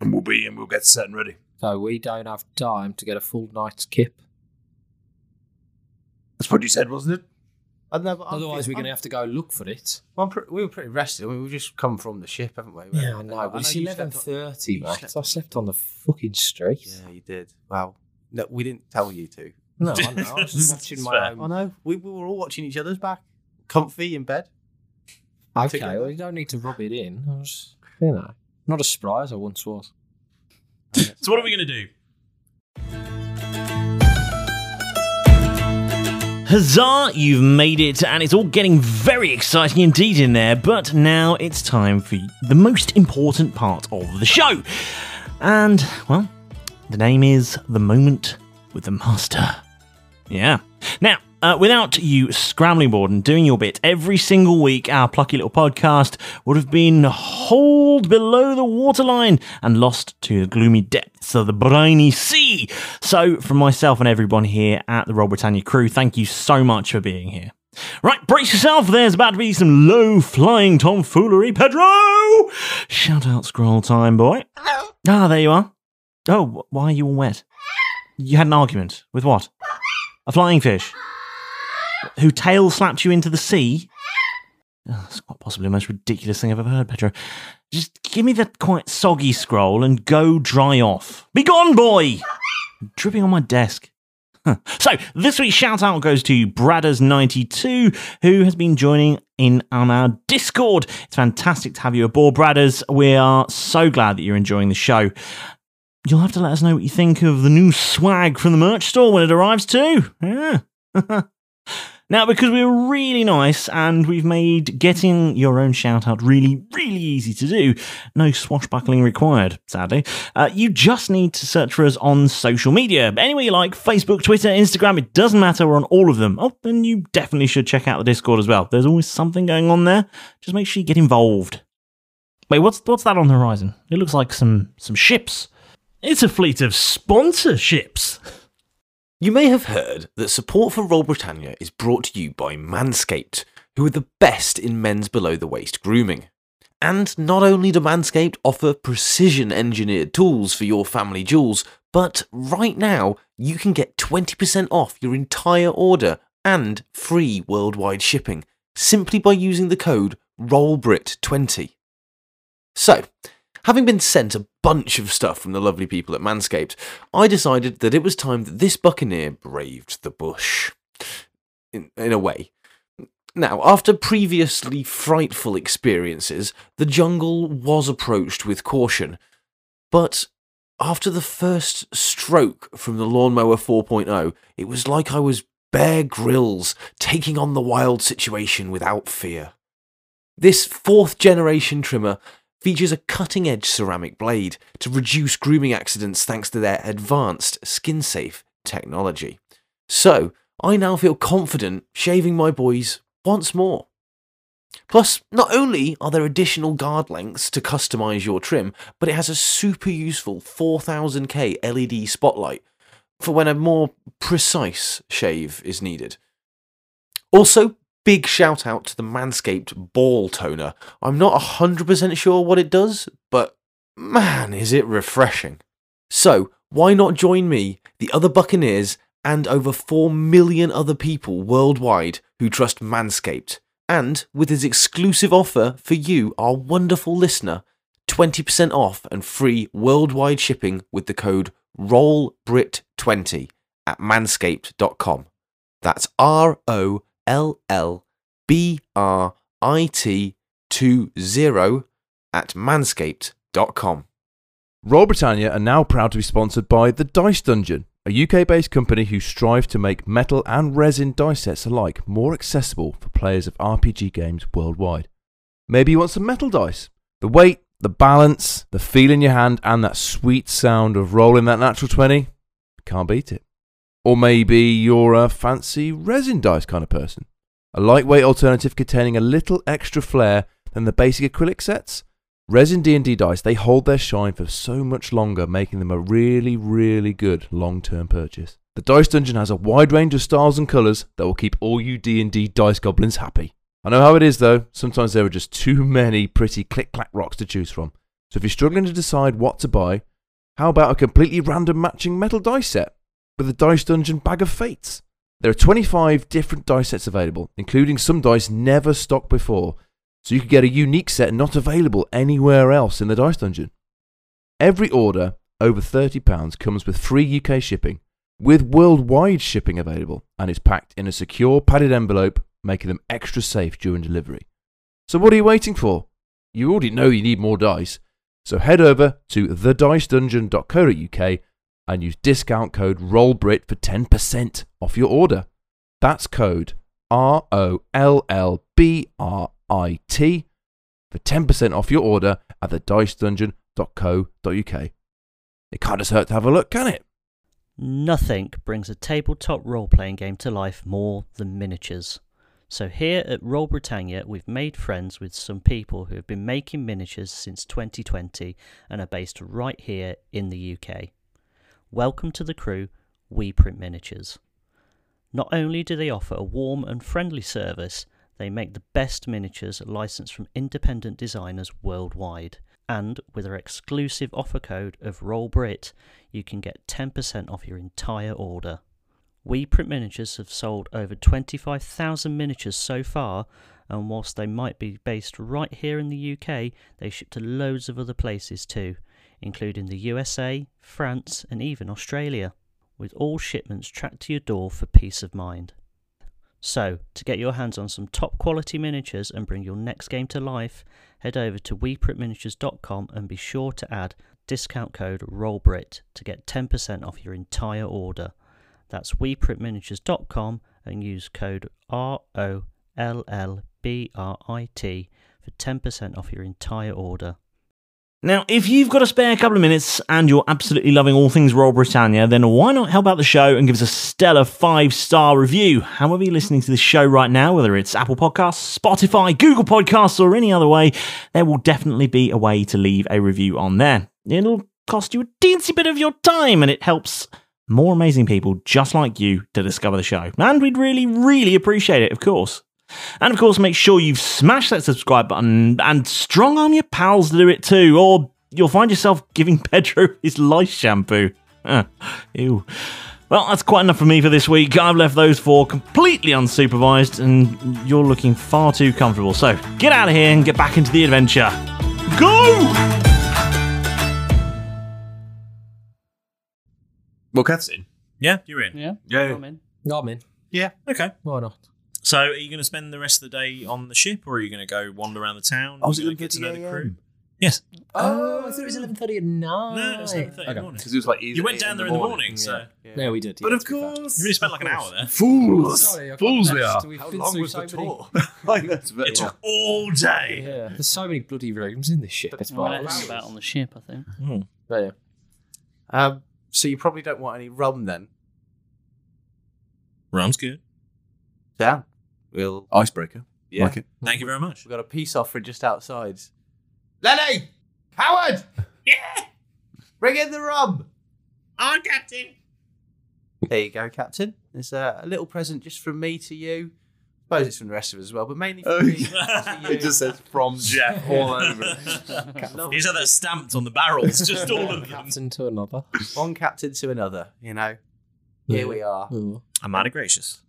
S3: and we'll be and we'll get set and ready.
S5: So we don't have time to get a full night's kip.
S3: That's what you said, wasn't it?
S6: I know, but I'm
S5: Otherwise,
S6: feel-
S5: we're going to have to go look for it.
S6: I'm- I'm pre- we were pretty rested. I mean, we've just come from the ship, haven't we?
S5: Yeah, I know. But it's
S6: you slept on-
S5: eleven thirty,
S6: you
S5: mate.
S6: slept
S5: I
S6: on-
S5: slept on the fucking street.
S6: Yeah, you did. Wow. No, we didn't tell you to. Um,
S5: No, I know. I was
S2: That's
S5: watching my
S2: fair.
S5: own.
S6: I know. We, we were all watching each other's back, comfy in bed.
S5: Okay,
S1: Together.
S5: well, you don't need to rub it in. I was, you know, not as spry as I once was.
S8: So what are we gonna do?
S2: Huzzah, you've made it, and it's all getting very exciting indeed in there. But now it's time for the most important part of the show. And, well, the name is The Moment with the Master. Yeah. Now, uh, without you scrambling board and doing your bit every single week, our plucky little podcast would have been hauled below the waterline and lost to the gloomy depths of the briny sea. So, from myself and everyone here at the Royal Britannia crew, thank you so much for being here. Right, brace yourself. There's about to be some low flying tomfoolery, Pedro. Shout out, scroll time, boy. Ah, there you are. Oh, wh- why are you all wet? You had an argument with what? A flying fish who tail slapped you into the sea. Oh, that's quite possibly the most ridiculous thing I've ever heard, Pedro. Just give me that quite soggy scroll and go dry off. Be gone, boy! Dripping on my desk. Huh. So, this week's shout out goes to Bradders92, who has been joining in on our Discord. It's fantastic to have you aboard, Bradders. We are so glad that you're enjoying the show. You'll have to let us know what you think of the new swag from the merch store when it arrives, too. Yeah. Now, because we we're really nice and we've made getting your own shout out really, really easy to do, no swashbuckling required, sadly, uh, you just need to search for us on social media. Anywhere you like Facebook, Twitter, Instagram, it doesn't matter, we're on all of them. Oh, and you definitely should check out the Discord as well. There's always something going on there. Just make sure you get involved. Wait, what's, what's that on the horizon? It looks like some, some ships.
S9: It's a fleet of sponsorships.
S1: You may have heard that support for Roll Britannia is brought to you by Manscaped, who are the best in men's below the waist grooming. And not only do Manscaped offer precision engineered tools for your family jewels, but right now you can get 20% off your entire order and free worldwide shipping simply by using the code ROLLBRIT20. So, Having been sent a bunch of stuff from the lovely people at Manscaped, I decided that it was time that this buccaneer braved the bush. In, in a way. Now, after previously frightful experiences, the jungle was approached with caution. But after the first stroke from the lawnmower 4.0, it was like I was Bear Grylls taking on the wild situation without fear. This fourth generation trimmer features a cutting edge ceramic blade to reduce grooming accidents thanks to their advanced skin safe technology. So, I now feel confident shaving my boys once more. Plus, not only are there additional guard lengths to customize your trim, but it has a super useful 4000K LED E spotlight for when a more precise shave is needed. Also, big shout out to the Manscaped Ball Toner. I'm not 100% sure what it does, but man, is it refreshing. So, why not join me, the other Buccaneers, and over 4 million other people worldwide who trust Manscaped? And with his exclusive offer for you, our wonderful listener, 20% off and free worldwide shipping with the code ROLLBRIT20 at manscaped.com. That's R O L L B R I T 20 at manscaped.com.
S10: Royal Britannia are now proud to be sponsored by The Dice Dungeon, a UK based company who strive to make metal and resin dice sets alike more accessible for players of RPG games worldwide. Maybe you want some metal dice. The weight, the balance, the feel in your hand, and that sweet sound of rolling that natural 20. Can't beat it. Or maybe you're a fancy resin dice kind of person. A lightweight alternative containing a little extra flair than the basic acrylic sets. Resin D&D dice, they hold their shine for so much longer, making them a really, really good long-term purchase. The Dice Dungeon has a wide range of styles and colours that will keep all you D&D dice goblins happy. I know how it is though, sometimes there are just too many pretty click-clack rocks to choose from. So if you're struggling to decide what to buy, how about a completely random matching metal dice set with a Dice Dungeon Bag of Fates? There are 25 different dice sets available, including some dice never stocked before, so you can get a unique set not available anywhere else in the Dice Dungeon. Every order over £30 comes with free UK shipping, with worldwide shipping available, and is packed in a secure padded envelope, making them extra safe during delivery. So what are you waiting for? You already know you need more dice. So head over to thedicedungeon.co.uk and use discount code ROLLBRIT for 10% off your order. That's code R O L L B R I T for 10% off your order at thedicedungeon.co.uk. It can't just hurt to have a look, can it?
S7: Nothing brings a tabletop role playing game to life more than miniatures. So, here at Roll Britannia, we've made friends with some people who have been making miniatures since 2020 and are based right here in the UK. Welcome to the crew, We Print Miniatures. Not only do they offer a warm and friendly service, they make the best miniatures licensed from independent designers worldwide. And with our exclusive offer code of ROLLBRIT, you can get 10% off your entire order. We Print Miniatures have sold over 25,000 miniatures so far, and whilst they might be based right here in the UK, they ship to loads of other places too, including the USA, France, and even Australia, with all shipments tracked to your door for peace of mind. So, to get your hands on some top quality miniatures and bring your next game to life, head over to weprintminiatures.com and be sure to add discount code ROLLBRIT to get 10% off your entire order. That's weprintminiatures.com and use code R O L L B R I T for 10% off your entire order.
S2: Now, if you've got a spare couple of minutes and you're absolutely loving all things Royal Britannia, then why not help out the show and give us a stellar five star review? However, you're listening to this show right now, whether it's Apple Podcasts, Spotify, Google Podcasts, or any other way, there will definitely be a way to leave a review on there. It'll cost you a teensy bit of your time and it helps more amazing people just like you to discover the show. And we'd really, really appreciate it, of course. And of course, make sure you've smashed that subscribe button and strong arm your pals to do it too, or you'll find yourself giving Pedro his lice shampoo. Ah, Ew. Well, that's quite enough for me for this week. I've left those four completely unsupervised, and you're looking far too comfortable. So get out of here and get back into the adventure. Go!
S3: Well, Kath's in.
S1: Yeah, you're in.
S7: Yeah?
S3: Yeah.
S7: I'm in.
S5: No, I'm in.
S1: Okay.
S5: Why not?
S1: So, are you going to spend the rest of the day on the ship, or are you going to go wander around the town?
S3: Oh, is
S1: You're
S3: it
S1: gonna
S3: 11:30
S1: know the
S3: AM?
S1: crew. Yes.
S5: Oh, I thought it was 11.30 at night.
S1: No, it was 11:30 in the morning.
S3: Because it was like either
S1: You went
S3: eight
S1: down there in the morning, so
S5: No, we did.
S3: But
S5: yeah,
S3: of
S5: to be fair.
S3: course,
S1: you really spent like an hour there.
S3: fools,
S5: Sorry, I got
S3: fools we
S5: messed.
S3: are.
S5: We've
S6: How
S5: been
S6: long
S5: through
S6: was
S5: so
S6: the
S5: many-
S6: tour?
S3: like that's very
S1: It took all day.
S5: Yeah, there's so many bloody rooms in this shit. It's
S7: Well,
S5: bollocks.
S7: that's about on the ship, I think.
S5: But yeah.
S6: Um, so you probably don't want any rum then.
S1: Rum's good.
S6: Down. We'll.
S3: icebreaker.
S6: Yeah.
S3: Like it.
S1: Thank you very much.
S6: We've got a peace offering just outside. Lenny! Howard! Yeah! Bring in the rum!
S1: I'm Captain.
S6: There you go, Captain. There's a, a little present just from me to you. I suppose it's from the rest of us as well, but mainly
S3: Oh,
S6: from me.
S1: yeah.
S6: to you.
S3: It just says from Jeff all over it.
S6: Lovely.
S1: He's had that stamped on the barrels, just all of them.
S5: Captain to another.
S6: One captain to another, you know. Here we are.
S5: Mm.
S1: I'm mighty gracious.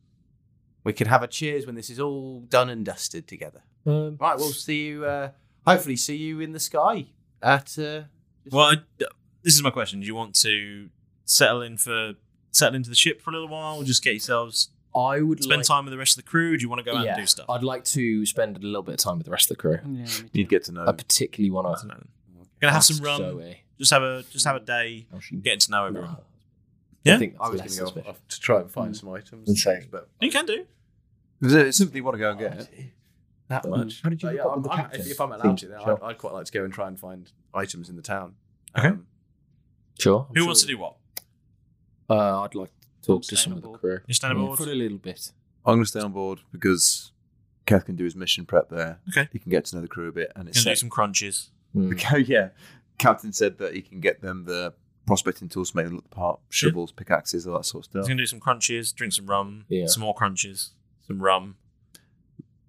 S6: We can have a cheers when this is all done and dusted together.
S5: Um,
S6: Right, we'll see you, uh, hopefully, see you in the sky at. Uh,
S1: Well, I, this is my question. Do you want to settle in for settle into the ship for a little while, just get yourselves
S5: I would
S1: spend
S5: like,
S1: time with the rest of the crew? Do you want to go out
S5: yeah,
S1: and do stuff?
S5: I'd like to spend a little bit of time with the rest of the crew.
S7: Yeah, me
S3: You'd get to know.
S5: I particularly want to
S1: We're gonna have some rum.
S5: Zoe.
S1: Just have a just have a day
S5: How she-
S1: getting to know everyone.
S5: No.
S1: Yeah?
S5: I think
S6: I
S5: I
S6: was going
S5: was less
S6: to go
S5: suspicious.
S6: off to try and find some items.
S5: And say-
S6: but
S1: You can do.
S3: Is it something you want to go and get?
S6: that much.
S5: How did you
S6: But
S5: hook
S6: yeah,
S5: up
S6: I'm-
S5: with the
S6: I'm-
S5: captain?
S6: if, if I'm allowed
S5: Think-
S6: to, then
S5: sure.
S6: I'd, I'd quite like to go and try and find items in the town.
S1: Okay.
S6: Um,
S5: Sure.
S1: Who wants to do what?
S5: do? Uh, I'd like to talk to some of the
S7: Sustainable.
S5: crew.
S1: You stand
S5: Yeah,
S1: aboard.
S5: for a little bit.
S3: I'm going to stay on board because Kath can do his mission prep there.
S1: Okay.
S3: He can get to know the crew a bit, and it's
S1: Gonna do
S3: safe.
S1: some crunches.
S5: Mm.
S3: yeah. Captain said that he can get them the prospecting tools to make them look the part, shovels, pickaxes, all that sort of
S1: He's
S3: stuff.
S1: gonna do some crunches, drink some rum,
S5: Yeah.
S1: some more crunches, some rum.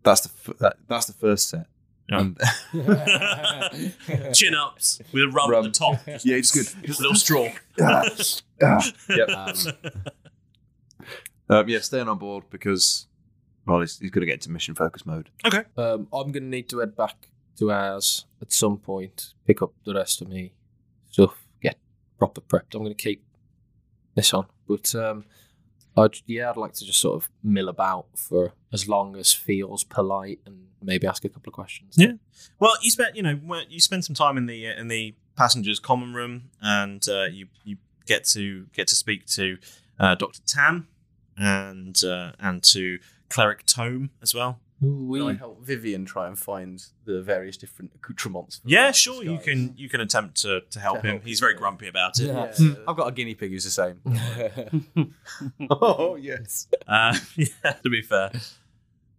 S3: That's the f- that, that's the first set.
S1: Yeah.
S3: And-
S1: Chin ups with rum,
S3: Rum.
S1: at the top.
S3: yeah, it's good.
S1: Just a little straw.
S3: Ah, ah. Yep.
S5: Um,
S3: Um, yeah, staying on board because well, he's, he's going to get into mission focus mode.
S5: um, I'm going to need to head back to ours at some point, pick up the rest of me stuff, get proper prepped. I'm going to keep this on. But um, I'd, yeah, I'd like to just sort of mill about for as long as feels polite and maybe ask a couple of questions.
S2: Yeah. Well, you spent you know well, you spend some time in the uh, in the passengers' common room, and uh, you you get to get to speak to uh, Doctor Tam and uh, and to cleric Tome as well.
S5: Ooh-wee.
S6: Will I help Vivian try and find the various different accoutrements? for
S2: Yeah,
S6: that
S2: sure. You
S6: disguise?
S2: can you can attempt to, to help
S6: To
S2: him.
S6: help
S2: He's
S6: him,
S2: very
S6: yeah.
S2: grumpy about it.
S6: Yeah.
S5: Hmm.
S6: I've got a guinea pig who's the same.
S4: oh,
S6: yes.
S2: Uh, yeah, to be fair.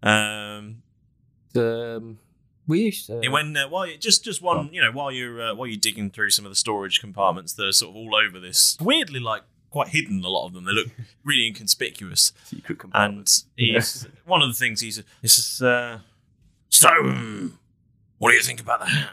S2: Um,
S5: Um, we used to.
S2: and when uh, while you, just just one, you know, while you're uh, while you're digging through some of the storage compartments that are sort of all over this, weirdly like quite hidden. A lot of them. They look really inconspicuous.
S6: Secret
S2: And he's, one of the things he's he says, uh, "So, um, what do you think about that?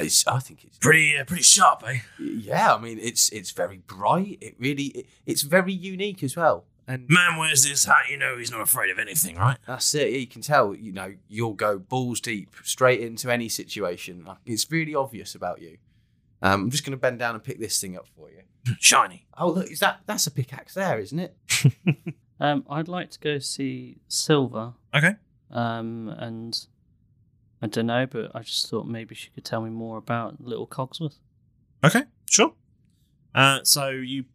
S6: It's, I think it's
S2: Pretty uh, pretty sharp, eh?
S6: yeah. I mean, it's it's very bright. It really it, it's very unique as well. And
S2: Man wears this hat, you know he's not afraid of anything, right?
S6: that's it. You can tell. You know, you'll go balls deep straight into any situation. Like, It's really obvious about you. Um, I'm just going to bend down and pick this thing up for you.
S2: Shiny."
S6: Oh look, is that that's a pickaxe there, isn't it?
S4: Um, I'd like to go see Silver.
S2: Okay.
S4: Um, and I don't know, but I just thought maybe she could tell me more about Little Cogsworth.
S2: Okay, sure. Uh, so you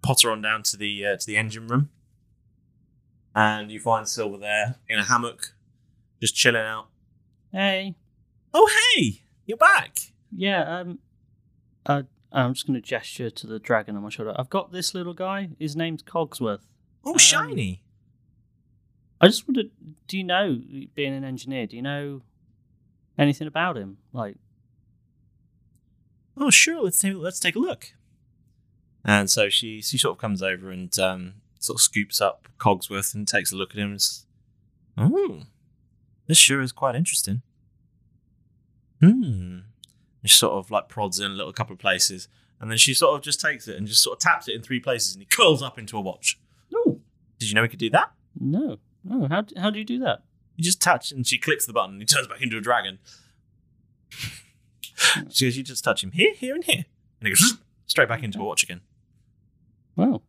S2: potter on down to the uh, to the engine room, and you find Silver there in a hammock, just chilling out.
S4: Hey,
S2: Oh hey, you're back.
S4: yeah. Um, I, I'm just going to gesture to the dragon on my shoulder. I've got this little guy. His name's Cogsworth.
S2: Oh
S4: Um,
S2: shiny.
S4: I just wonder, do you know, being an engineer, do you know anything about him? Like,
S2: Oh sure, let's take let's take a look. And so she she sort of comes over and um, sort of scoops up Cogsworth and takes a look at him. And says, oh, this sure is quite interesting. Hmm. She sort of like prods in a little couple of places, and then she sort of just takes it and just sort of taps it in three places, and he curls up into a watch.
S4: no,
S2: Did you know he could do that?
S4: no, no. How d- how do you do that?
S2: You just touch, and she clicks the button, and he turns back into a dragon. she goes, "You just touch him here, here, and here," and he goes straight back into a watch again.
S4: Wow,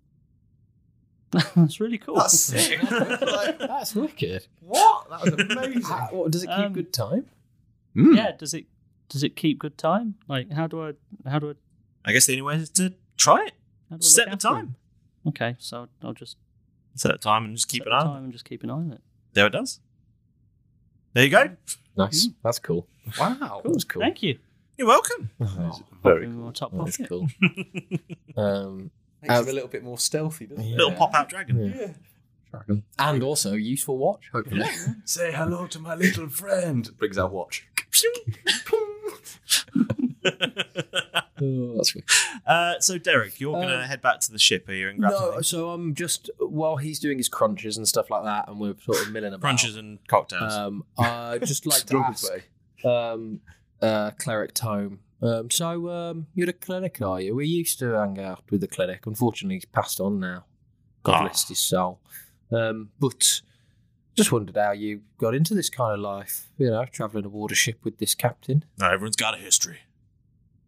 S4: that's really cool.
S6: sick. Like,
S5: That's wicked.
S6: what? That was amazing.
S5: How, what, does it keep
S4: Um,
S5: good time?
S10: Hmm.
S4: yeah. Does it does it keep good time? Like, how do I how do I
S2: I guess the only way is to try it.
S4: how do I
S2: Set the
S4: look after him?
S2: time.
S4: Okay, so I'll just
S2: Set the time and just keep
S4: set
S2: an
S4: the
S2: eye on it.
S4: time and just keep an eye on it.
S2: There it does. There you go.
S5: Nice. That's cool.
S6: Wow.
S5: Oh, That's cool.
S4: Thank you.
S2: You're welcome.
S4: Very top
S5: That's
S4: pocket.
S5: cool. um,
S6: Makes him a little bit more stealthy, doesn't it?
S2: Little pop out dragon.
S5: Yeah. Dragon. And also useful watch, hopefully.
S3: Say hello to my little friend.
S6: Brings out watch.
S5: Oh, that's wicked.
S2: uh, so, Derek, you're going to
S5: Um,
S2: head back to the ship here and grab
S5: No,
S2: something.
S5: so I'm just while he's doing his crunches and stuff like that, and we're sort of milling about.
S2: Crunches and cocktails.
S5: Um, I just like to
S3: Drunk as
S5: ask, um, uh, cleric Tome. Um, so um, you're a cleric, are you? We used to hang out with the cleric. Unfortunately, he's passed on now. God
S2: Ah.
S5: rest his soul. Um, but just wondered how you got into this kind of life. You know, traveling aboard a ship with this captain.
S2: no, everyone's got a history.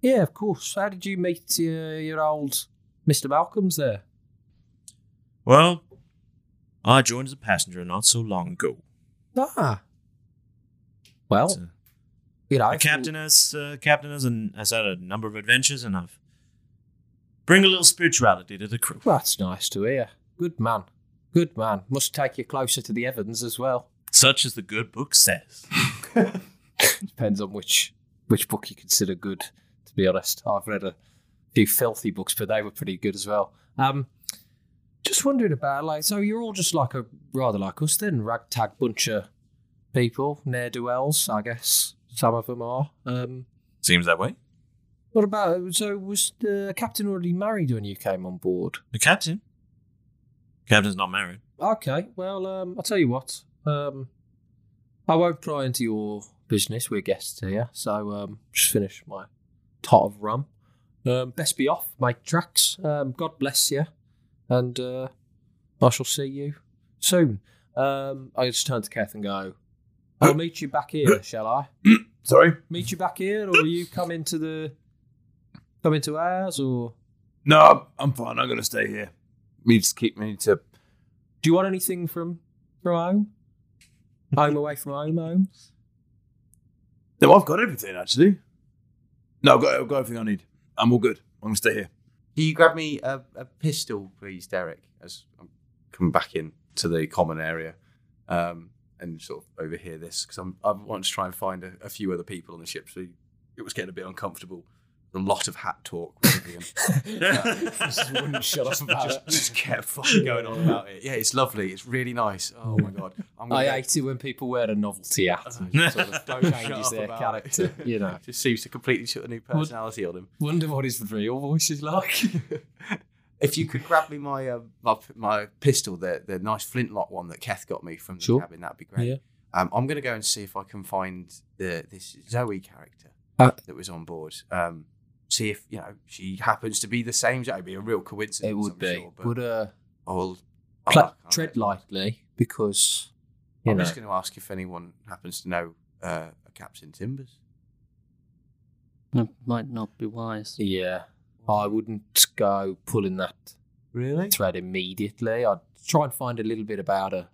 S5: Yeah, of course. How did you meet uh, your old Mister Malcolm's there?
S2: Well, I joined as a passenger not so long ago.
S5: Ah. Well,
S2: So-
S5: you know,
S2: The captain has uh, captain has, an, has had a number of adventures, and I've bring a little spirituality to the crew.
S5: Well, that's nice to hear. Good man. Good man. Must take you closer to the Evans as well.
S2: Such as the good book says.
S5: Depends on which which book you consider good. To be honest, I've read a few filthy books, but they were pretty good as well. Um, just wondering about like, so you're all just like a rather like us then, ragtag bunch of people, ne'er do wells, I guess. Some of them are. Um,
S2: Seems that way.
S5: what about so was the captain already married when you came on board?
S2: The captain. Captain's not married.
S5: Okay, well, um, I'll tell you what. Um, I won't pry into your business. We're guests here, so um, just finish my tot of rum. Um, best be off, make tracks. Um, God bless you, and uh, I shall see you soon. Um, I just turn to Kath and go. I'll meet you back here, shall I?
S3: Sorry?
S5: Meet you back here, or you come into the come into ours, or
S3: No, I'm- I'm fine. I'm going to stay here. Me just keep me to.
S5: Do you want anything from from home? home away from home, home.
S3: No, I've got everything actually. No, I've got, I've got everything I need. I'm all good. I'm gonna stay here.
S6: Can you grab me a, a pistol, please, Derek? As I'm coming back in to the common area um, and sort of overhear this because I'm I want to try and find a, a few other people on the ship. So it was getting a bit uncomfortable. A lot of hat talk. was being- just wouldn't shut up about it. Just kept fucking going on about it. Yeah, it's lovely. It's really nice. Oh my god, I'm
S5: I
S6: go-
S5: hate it when people wear a novelty hat. and sort of changes their character. You know,
S6: Just seems to completely shut a new personality on him.
S5: wonder what his real voice is like.
S6: If you could grab me my uh, my, my pistol, the the nice flintlock one that Keth got me from the
S5: Sure.
S6: cabin, that'd be great.
S5: Yeah.
S6: Um, I'm gonna go and see if I can find the this Zoe character
S5: Uh,
S6: that was on board. Um, see if you know she happens to be the same. Zoe. It'd be a real coincidence.
S5: It
S6: I'm
S5: would be.
S6: sure, but
S5: Would uh,
S6: I'll,
S5: pla-
S6: I'll- I'll-
S5: tread lightly because you
S6: I'm
S5: know.
S6: just going to ask if anyone happens to know uh, a Captain Timbers.
S4: That might not be wise.
S5: Yeah, I wouldn't go pulling that
S6: Really?
S5: thread immediately. I'd try and find a little bit about her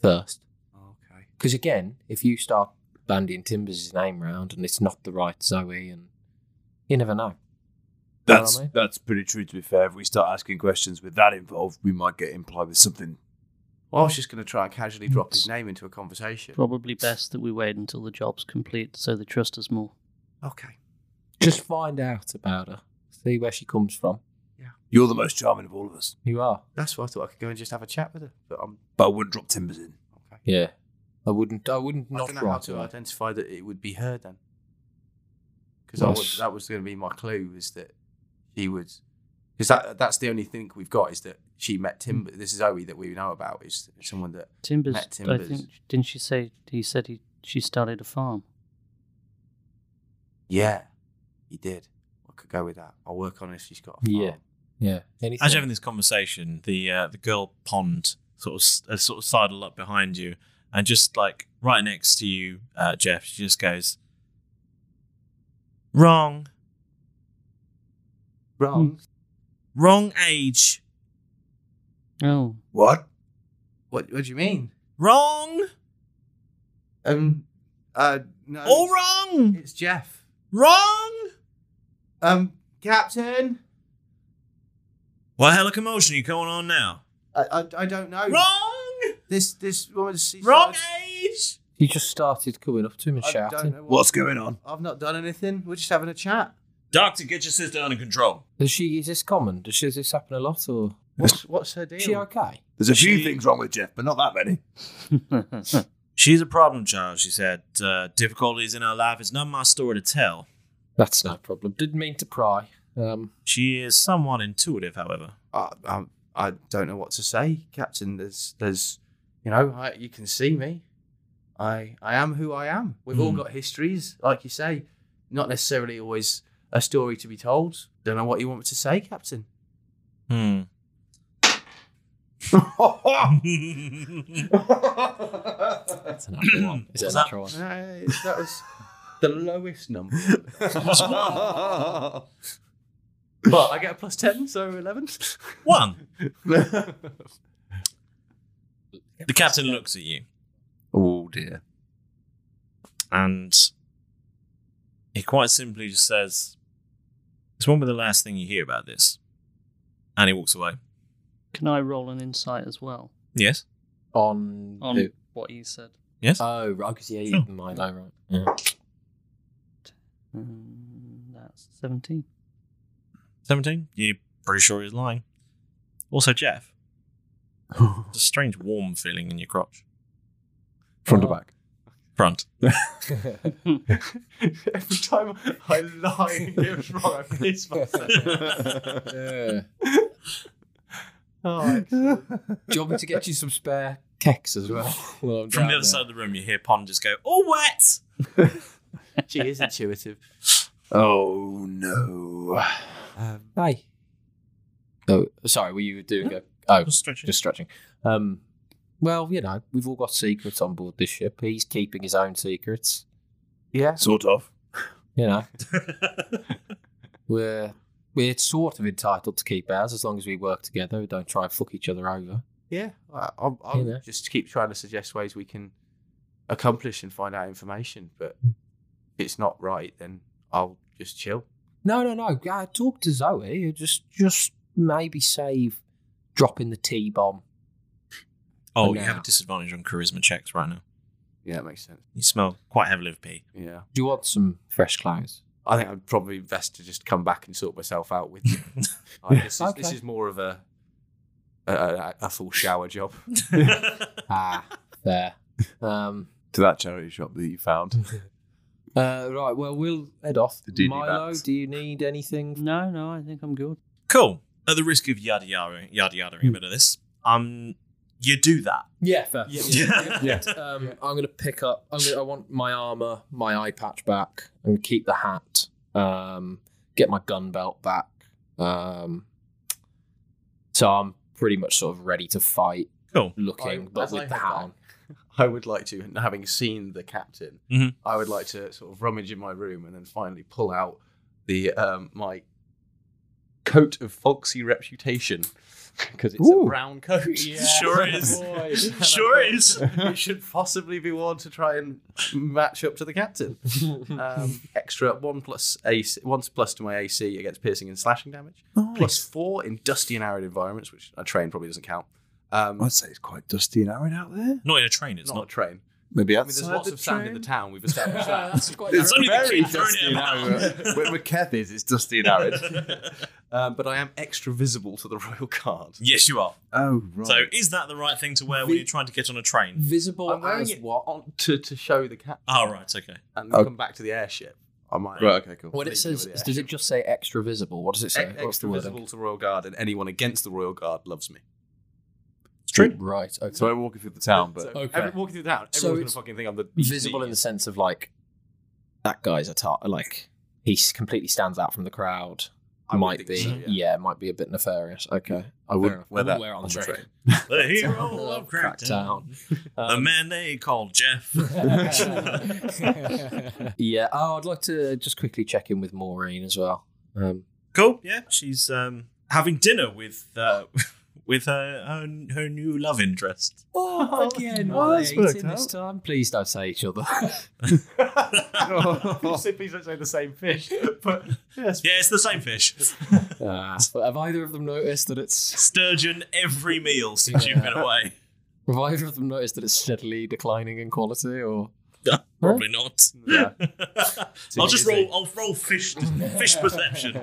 S5: first.
S6: Okay.
S5: Because again, if you start bandying Timbers' name round and it's not the right Zoe, and you never know. Know what I
S3: That's
S5: mean?
S3: that's pretty true. To be fair, if we start asking questions with that involved, we might get implied with something.
S6: Well, I was just going to try and casually drop his name into a conversation.
S4: Probably best that we wait until the job's complete so they trust us more.
S6: Okay.
S5: Just find out about her, see where she comes from.
S3: You're the most charming of all of us,
S5: You are.
S6: That's why I thought I could go and just have a chat with her. But I'm
S3: but I wouldn't drop timbers in.
S6: okay.
S5: Yeah, I wouldn't. I wouldn't
S6: I
S5: not
S6: don't know how
S5: right
S6: to
S5: away.
S6: identify that it would be her then. Because
S5: Nice.
S6: that was going to be my clue is that she would. Because that, that's the only thing we've got is that she met Timber.
S5: Hmm.
S6: This is Zoe that we know about is someone that.
S4: Timbers,
S6: Matt Timbers.
S4: I think, didn't she say he said he she started a farm?
S6: Yeah, he did. I could go with that. I'll work on if she's got a farm.
S5: Yeah. Yeah. Anything.
S2: As you're having this conversation, the uh, the girl pond sort of s- uh, sort of sidled up behind you, and just like right next to you, uh, Jeff, she just goes, "Wrong,
S5: Hmm.
S6: Wrong.
S2: wrong age,
S4: Oh,
S3: What?
S6: What, what do you mean?
S2: wrong,
S6: Um, uh, no.
S2: all wrong,
S6: It's Jeff.
S2: wrong."
S6: Um, Captain?
S2: What hell of commotion you going on now?
S6: I, I, I don't
S2: Oh.
S6: know.
S2: Wrong,
S6: This this woman's she
S2: wrong
S6: started-
S2: age.
S5: You just started coming up to him and
S6: I don't
S5: shouting.
S6: know what-
S3: What's going on?
S6: I've not done anything. We're just having a chat.
S2: Doctor, get your sister under control.
S5: Does she? Is this common? Does, she, does this happen a lot, or
S6: What's what's her deal?
S5: is she okay?
S3: There's a few
S2: She-
S3: things wrong with Jeff, but not that many.
S2: She's a problem child, she said. Uh, difficulties in her life is not my story to tell.
S5: That's no problem. Didn't mean to pry. Um,
S2: She is somewhat intuitive, however.
S6: I, I Uh, um, I don't know what to say, Captain. There's there's you know I, you can see me. I I am who I am. We've all
S2: Hmm.
S6: got histories, like you say. Not necessarily always a story to be told. Don't know what you want me to say, Captain.
S2: Hmm.
S5: that's an natural one. Is it a
S2: Was that-
S5: natural one?
S6: Uh, that was the lowest number. but I get a plus 10, so 11.
S2: One. The captain looks at you
S3: Oh dear.
S2: and he quite simply just says, It's won't be the last thing you hear about this. And he walks away.
S4: can I roll an insight as well
S2: Yes?
S5: On.
S4: on
S5: who?
S4: what he said?
S2: Yes?
S5: Oh, right. Because yeah, you
S2: Sure.
S5: might know, right? Yeah.
S4: Mm, that's seventeen.
S2: 17? You're pretty sure he's lying. Also, Jeff. It's a strange warm feeling in your crotch.
S10: Front to back.
S2: Front.
S6: Every time I lie and get it wrong, I
S5: Oh.
S6: piss myself.
S5: Yeah.
S6: Oh, excellent.
S5: Do you want me to get you some spare keks as well? well I'm
S2: From
S5: down
S2: the other
S5: there?
S2: side of the room, you hear Pond just go, "Oh, All wet!
S6: she is intuitive.
S3: Oh no.
S6: Um,
S5: Hi. Oh, sorry. Were you doing a? Oh,
S2: Just stretching.
S5: just stretching. Um, well, you know, we've all got secrets on board this ship. He's keeping his own secrets.
S6: yeah.
S3: Sort of.
S5: You know, we're we're sort of entitled to keep ours as long as we work together. We don't try and fuck each other over.
S6: Yeah, I, I'll, I'll
S5: Yeah.
S6: just keep trying to suggest ways we can accomplish and find out information. But if it's not right, then I'll just chill.
S5: No, no, no. Uh, talk to Zoe. You Just, just maybe save dropping the T bomb.
S2: Oh,
S5: For
S2: you
S5: now.
S2: have a disadvantage on charisma checks right now.
S6: Yeah, that makes sense.
S2: You smell quite heavily of pee.
S6: Yeah,
S5: Do you want some fresh clothes?
S6: I think I'd probably best to just come back and sort myself out with. I, this, is, this
S5: Okay.
S6: is more of a a, a, a full shower job.
S5: Ah, there. Um,
S3: To that charity shop that you found.
S5: uh, right. Well, we'll head off.
S3: The DD
S5: Milo,
S3: bats.
S5: do you need anything?
S4: No, no, I think I'm good.
S2: cool. At the risk of yada yada yada yada a bit of this, um, you do that.
S5: Yeah, fair.
S2: Yeah.
S5: yeah. Um, I'm gonna pick up. I'm gonna, I want my armor, my eye patch back, and keep the hat. Um, get my gun belt back. Um, so I'm pretty much sort of ready to fight.
S2: Cool.
S5: Looking,
S6: I-
S5: but
S6: as I
S5: with the
S6: head
S5: hat
S6: back-
S5: on.
S6: I would like to, and having seen the captain,
S2: Mhm.
S6: I would like to sort of rummage in my room and then finally pull out the um, my coat of folksy reputation because it's a brown coat.
S2: Sure is.
S6: Boy.
S2: Sure is.
S6: It should possibly be worn to try and match up to the captain. Um, extra one plus AC, one plus to my AC against piercing and slashing damage. Plus four in dusty and arid environments, which a train probably doesn't count. Um,
S3: I'd say it's quite dusty and arid out there.
S2: Not in a train. It's
S6: not,
S2: not.
S6: a train.
S3: Maybe
S6: I mean,
S3: outside
S6: there's lots
S3: the
S6: of sand in the
S3: train.
S6: town. We've established that.
S2: it's only the kid throwing it about.
S3: Where, where Keth is, it's dusty and arid.
S6: Um, but I am extra visible to the royal guard.
S2: Yes, you are.
S3: oh, right.
S2: So, is that the right thing to wear when you're trying to get on a train?
S5: Visible
S6: I'm wearing
S5: as
S6: it
S5: what?
S6: on Oh, to, to show the cat
S2: Oh, right. Okay.
S6: and then
S3: Oh.
S6: come back to the airship. I might
S3: right, okay, cool.
S5: What it
S6: Leave
S5: says?
S6: it with the
S5: Does it just say extra visible? What does it
S6: E-
S5: say? What's the
S6: extra
S5: word?
S6: visible to royal guard, and anyone against the royal guard loves me.
S2: It's true.
S5: Right. Okay.
S3: So I'm walking through the town, but
S6: so
S5: Okay.
S6: every- walking through the town,
S5: So
S6: everyone's
S5: it's
S6: gonna fucking think I'm the
S5: visible in the sense of like that guy's a tar- like he s- completely stands out from the crowd.
S6: I would
S5: might
S6: think
S5: be
S6: so,
S5: yeah.
S6: yeah.
S5: it might be a bit nefarious. Okay,
S3: I wouldn't wear that
S5: wear it on the
S3: on the
S5: train.
S3: train.
S2: The hero of Crackdown. A
S5: Um,
S2: man they called Jeff.
S5: yeah. Oh, I'd like to just quickly check in with Maureen as well. Um,
S2: cool. Yeah. She's um, having dinner with uh, with her, her her new love interest.
S5: oh, again,
S3: well, that's worked
S5: this
S3: out.
S5: time. Please don't say each other.
S6: Please don't say the same fish, but yes,
S2: Yeah, it's the same fish.
S5: Uh, but have either of them noticed that it's?
S2: Sturgeon every meal since you've been away.
S5: Have either of them noticed that it's steadily declining in quality? Or
S2: Probably not.
S6: Yeah.
S2: I'll just roll. I'll roll fish fish perception.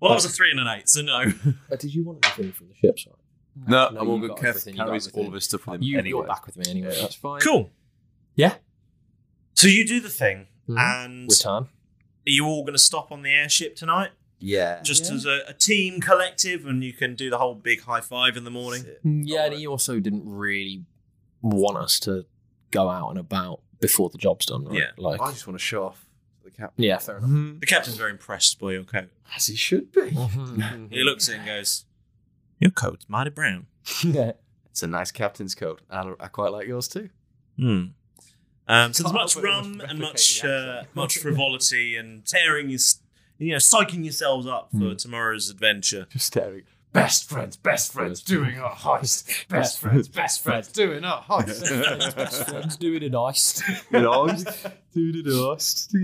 S2: Well, that was a three and an eight, so no.
S5: Uh, did you want anything from the ship side?
S3: No,
S5: No,
S3: I'm all
S5: you
S3: good.
S5: got everything, you
S3: Kev
S5: got
S3: carries all
S5: everything.
S3: of his stuff with him
S5: You,
S3: anyway.
S5: You're back with me anyway. That's fine.
S2: Cool.
S5: Yeah.
S2: So you do the thing,
S6: Hmm?
S5: Mhm.
S2: and are
S5: Return.
S2: you all going to stop on the airship tonight?
S6: yeah.
S2: Just as a, a team collective, and you can do the whole big high five in the morning.
S5: Yeah, and he also didn't really want us to go out and about before the job's done. Right?
S2: Yeah.
S5: like
S6: I just want to show off to the captain.
S5: yeah, fair enough.
S2: The captain's very impressed by your coat.
S6: As he should be.
S2: He looks at it and goes, "Your coat's mighty brown."
S6: It's a nice captain's coat. I, I quite like yours too.
S2: Hmm. Um, so there's
S6: Can't
S2: much
S6: help but almost
S2: rum and
S6: replicate
S2: much
S6: the
S2: uh,
S6: accent.
S2: much frivolity and tearing you, you know, psyching yourselves up for tomorrow's adventure.
S6: Just staring. Best friends, best friends, doing our heist. Best, friends, best friends, doing our heist.
S5: doing it iced.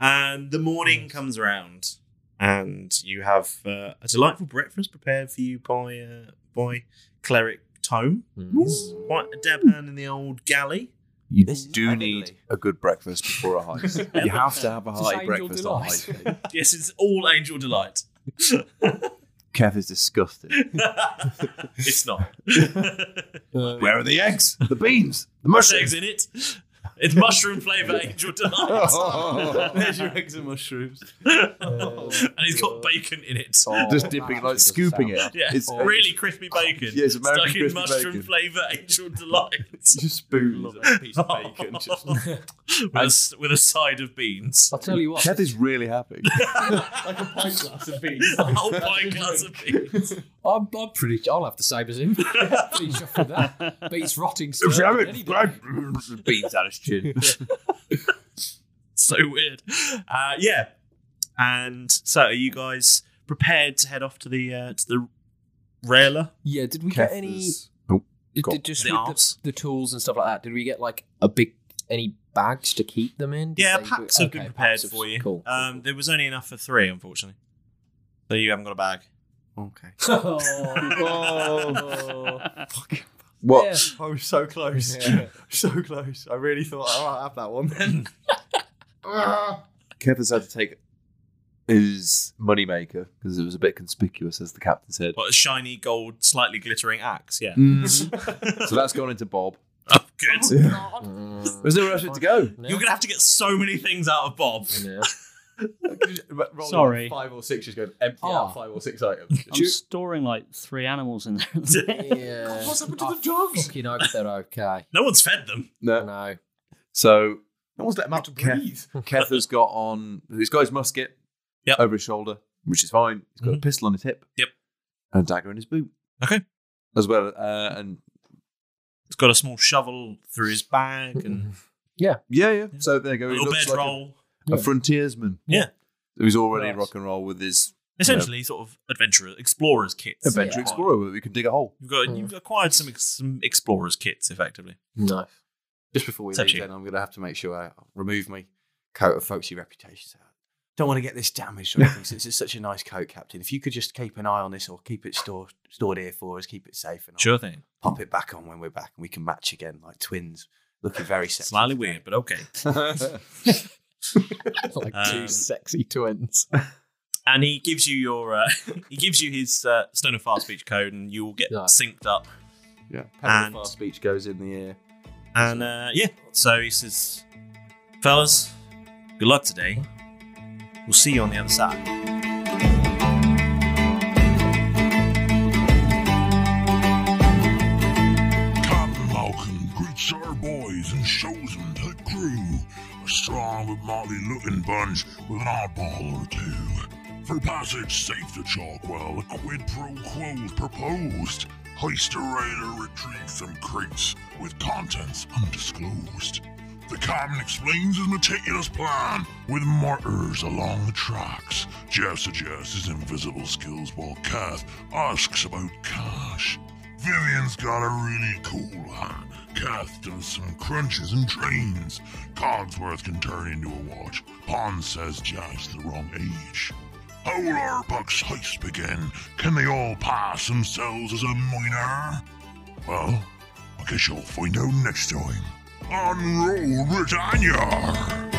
S2: And the morning comes around, and you have uh, a delightful breakfast prepared for you by uh, by cleric Tome.
S5: Hmm.
S2: He's quite a dab hand in the old galley.
S3: You
S6: This is
S3: do
S6: heavenly.
S3: need a good breakfast before a heist. you have to have a high breakfast on a heist.
S2: Yes, it's all angel delight.
S3: Kev is disgusted.
S2: it's not.
S3: Where are the eggs? The beans? The
S2: Eggs
S3: mushrooms?
S2: in it. It's mushroom flavour angel delight,
S6: There's your eggs and mushrooms.
S3: Oh,
S2: and he's got bacon in it.
S6: Oh,
S3: Just dipping, like scooping it.
S2: Yeah,
S3: Oh, It's
S2: really crispy bacon.
S3: Yeah, it's American
S2: stuck in
S3: crispy
S2: mushroom
S3: bacon.
S2: flavour angel delight.
S3: Just spoons.
S6: piece of bacon. Just,
S2: with, a, s- with a side of beans.
S5: I'll tell you what.
S3: Kev is really happy.
S2: A whole pint glass of beans.
S5: I'm, I'm pretty. I'll have the same as him. pretty sure for that. Beats rotting. sturgeon any day.
S3: beans out of his chin.
S2: So weird. Uh, yeah. And so, are you guys prepared to head off to the uh, to the railer?
S5: Yeah, did we get any?
S2: Kef's-
S5: Did,
S2: got
S5: did just
S2: the
S5: with the,
S2: arms.
S5: the tools and stuff like that. Did we get like a big any bags to keep them in? Did
S2: Yeah,
S5: they-
S2: packs have been
S5: okay,
S2: prepared
S5: packs have-
S2: for you.
S5: Cool. cool,
S2: Um, there was only enough for three, unfortunately. So you haven't got a bag.
S6: Okay.
S5: cool.
S3: What?
S11: I was so close. so close. I really thought, oh, I'll have that one then.
S3: Kev has had to take his moneymaker because it was a bit conspicuous, as the captain said.
S2: What a shiny gold, slightly glittering axe. Yeah.
S3: Mm. so that's gone into Bob.
S2: Oh, good.
S3: There's nowhere else for it to go.
S5: Mm.
S2: You're gonna have to get so many things out of Bob.
S5: Yeah.
S11: But rolling
S4: Sorry.
S11: Five or six, just going empty
S5: Ah.
S11: out five or six items.
S4: I'm storing like three animals in there.
S5: yeah. what's happened to the dogs? Fucking hope they're okay.
S2: No one's fed them.
S3: No.
S5: No.
S3: So
S11: No one's let him out to
S3: Kev-
S11: breathe.
S3: Kev has got on. He's got his musket
S2: Yep. Mm-hmm.
S3: over his shoulder, which is fine. He's got a pistol on his hip.
S2: Yep.
S3: And a dagger in his boot.
S2: Okay.
S3: As well, uh, and
S2: He's got a small shovel through his bag and
S3: yeah, yeah. So there you
S2: a
S3: go. Mm-hmm. He
S2: little
S3: looks like
S2: bedroll.
S3: a, a frontiersman.
S2: Yeah.
S3: Who's already
S5: Nice.
S3: rock and roll with his
S2: Essentially, sort of adventurer, explorer's kits.
S3: adventure
S5: Yeah.
S3: explorer, where we can dig a hole.
S2: You've got you've acquired some ex- some explorer's kits, effectively.
S5: No.
S6: Just before we
S2: It's up to
S6: leave,
S2: you.
S6: then I'm going to have to make sure I remove my coat of folksy reputation. So I don't want to get this damaged or anything. since it's such a nice coat, Captain. If you could just keep an eye on this or keep it stored stored here for us, keep it safe, and I'll
S2: Sure thing.
S6: pop it back on when we're back, and we can match again like twins, looking very sexy.
S2: Slightly weird, but okay.
S5: Like
S2: Um,
S5: two sexy twins.
S2: And he gives you your uh, he gives you his uh, stone of fast speech code, and you will get
S5: Yeah.
S2: synced up.
S6: Yeah, pedal
S2: And-
S6: fast speech goes in the air.
S2: And uh, yeah, so he says, "Fellas, good luck today. We'll see you on the other side."
S12: Captain Malcolm greets our boys and shows them to the crew. A strong but motley looking bunch with an oddball or two. For passage safe to Chalkwell, a quid pro quo was proposed. Hoist a raider retrieved from crates with contents undisclosed. The captain explains his meticulous plan with martyrs along the tracks. Jeff suggests his invisible skills while Kath asks about cash. Vivian's got a really cool hat. Kath does some crunches and trains. Cogsworth can turn into a watch. Pond says Jack's the wrong age. How will our bucks heist begin? Can they all pass themselves as a miner? Well, I guess you'll find out next time. On Roll Britannia!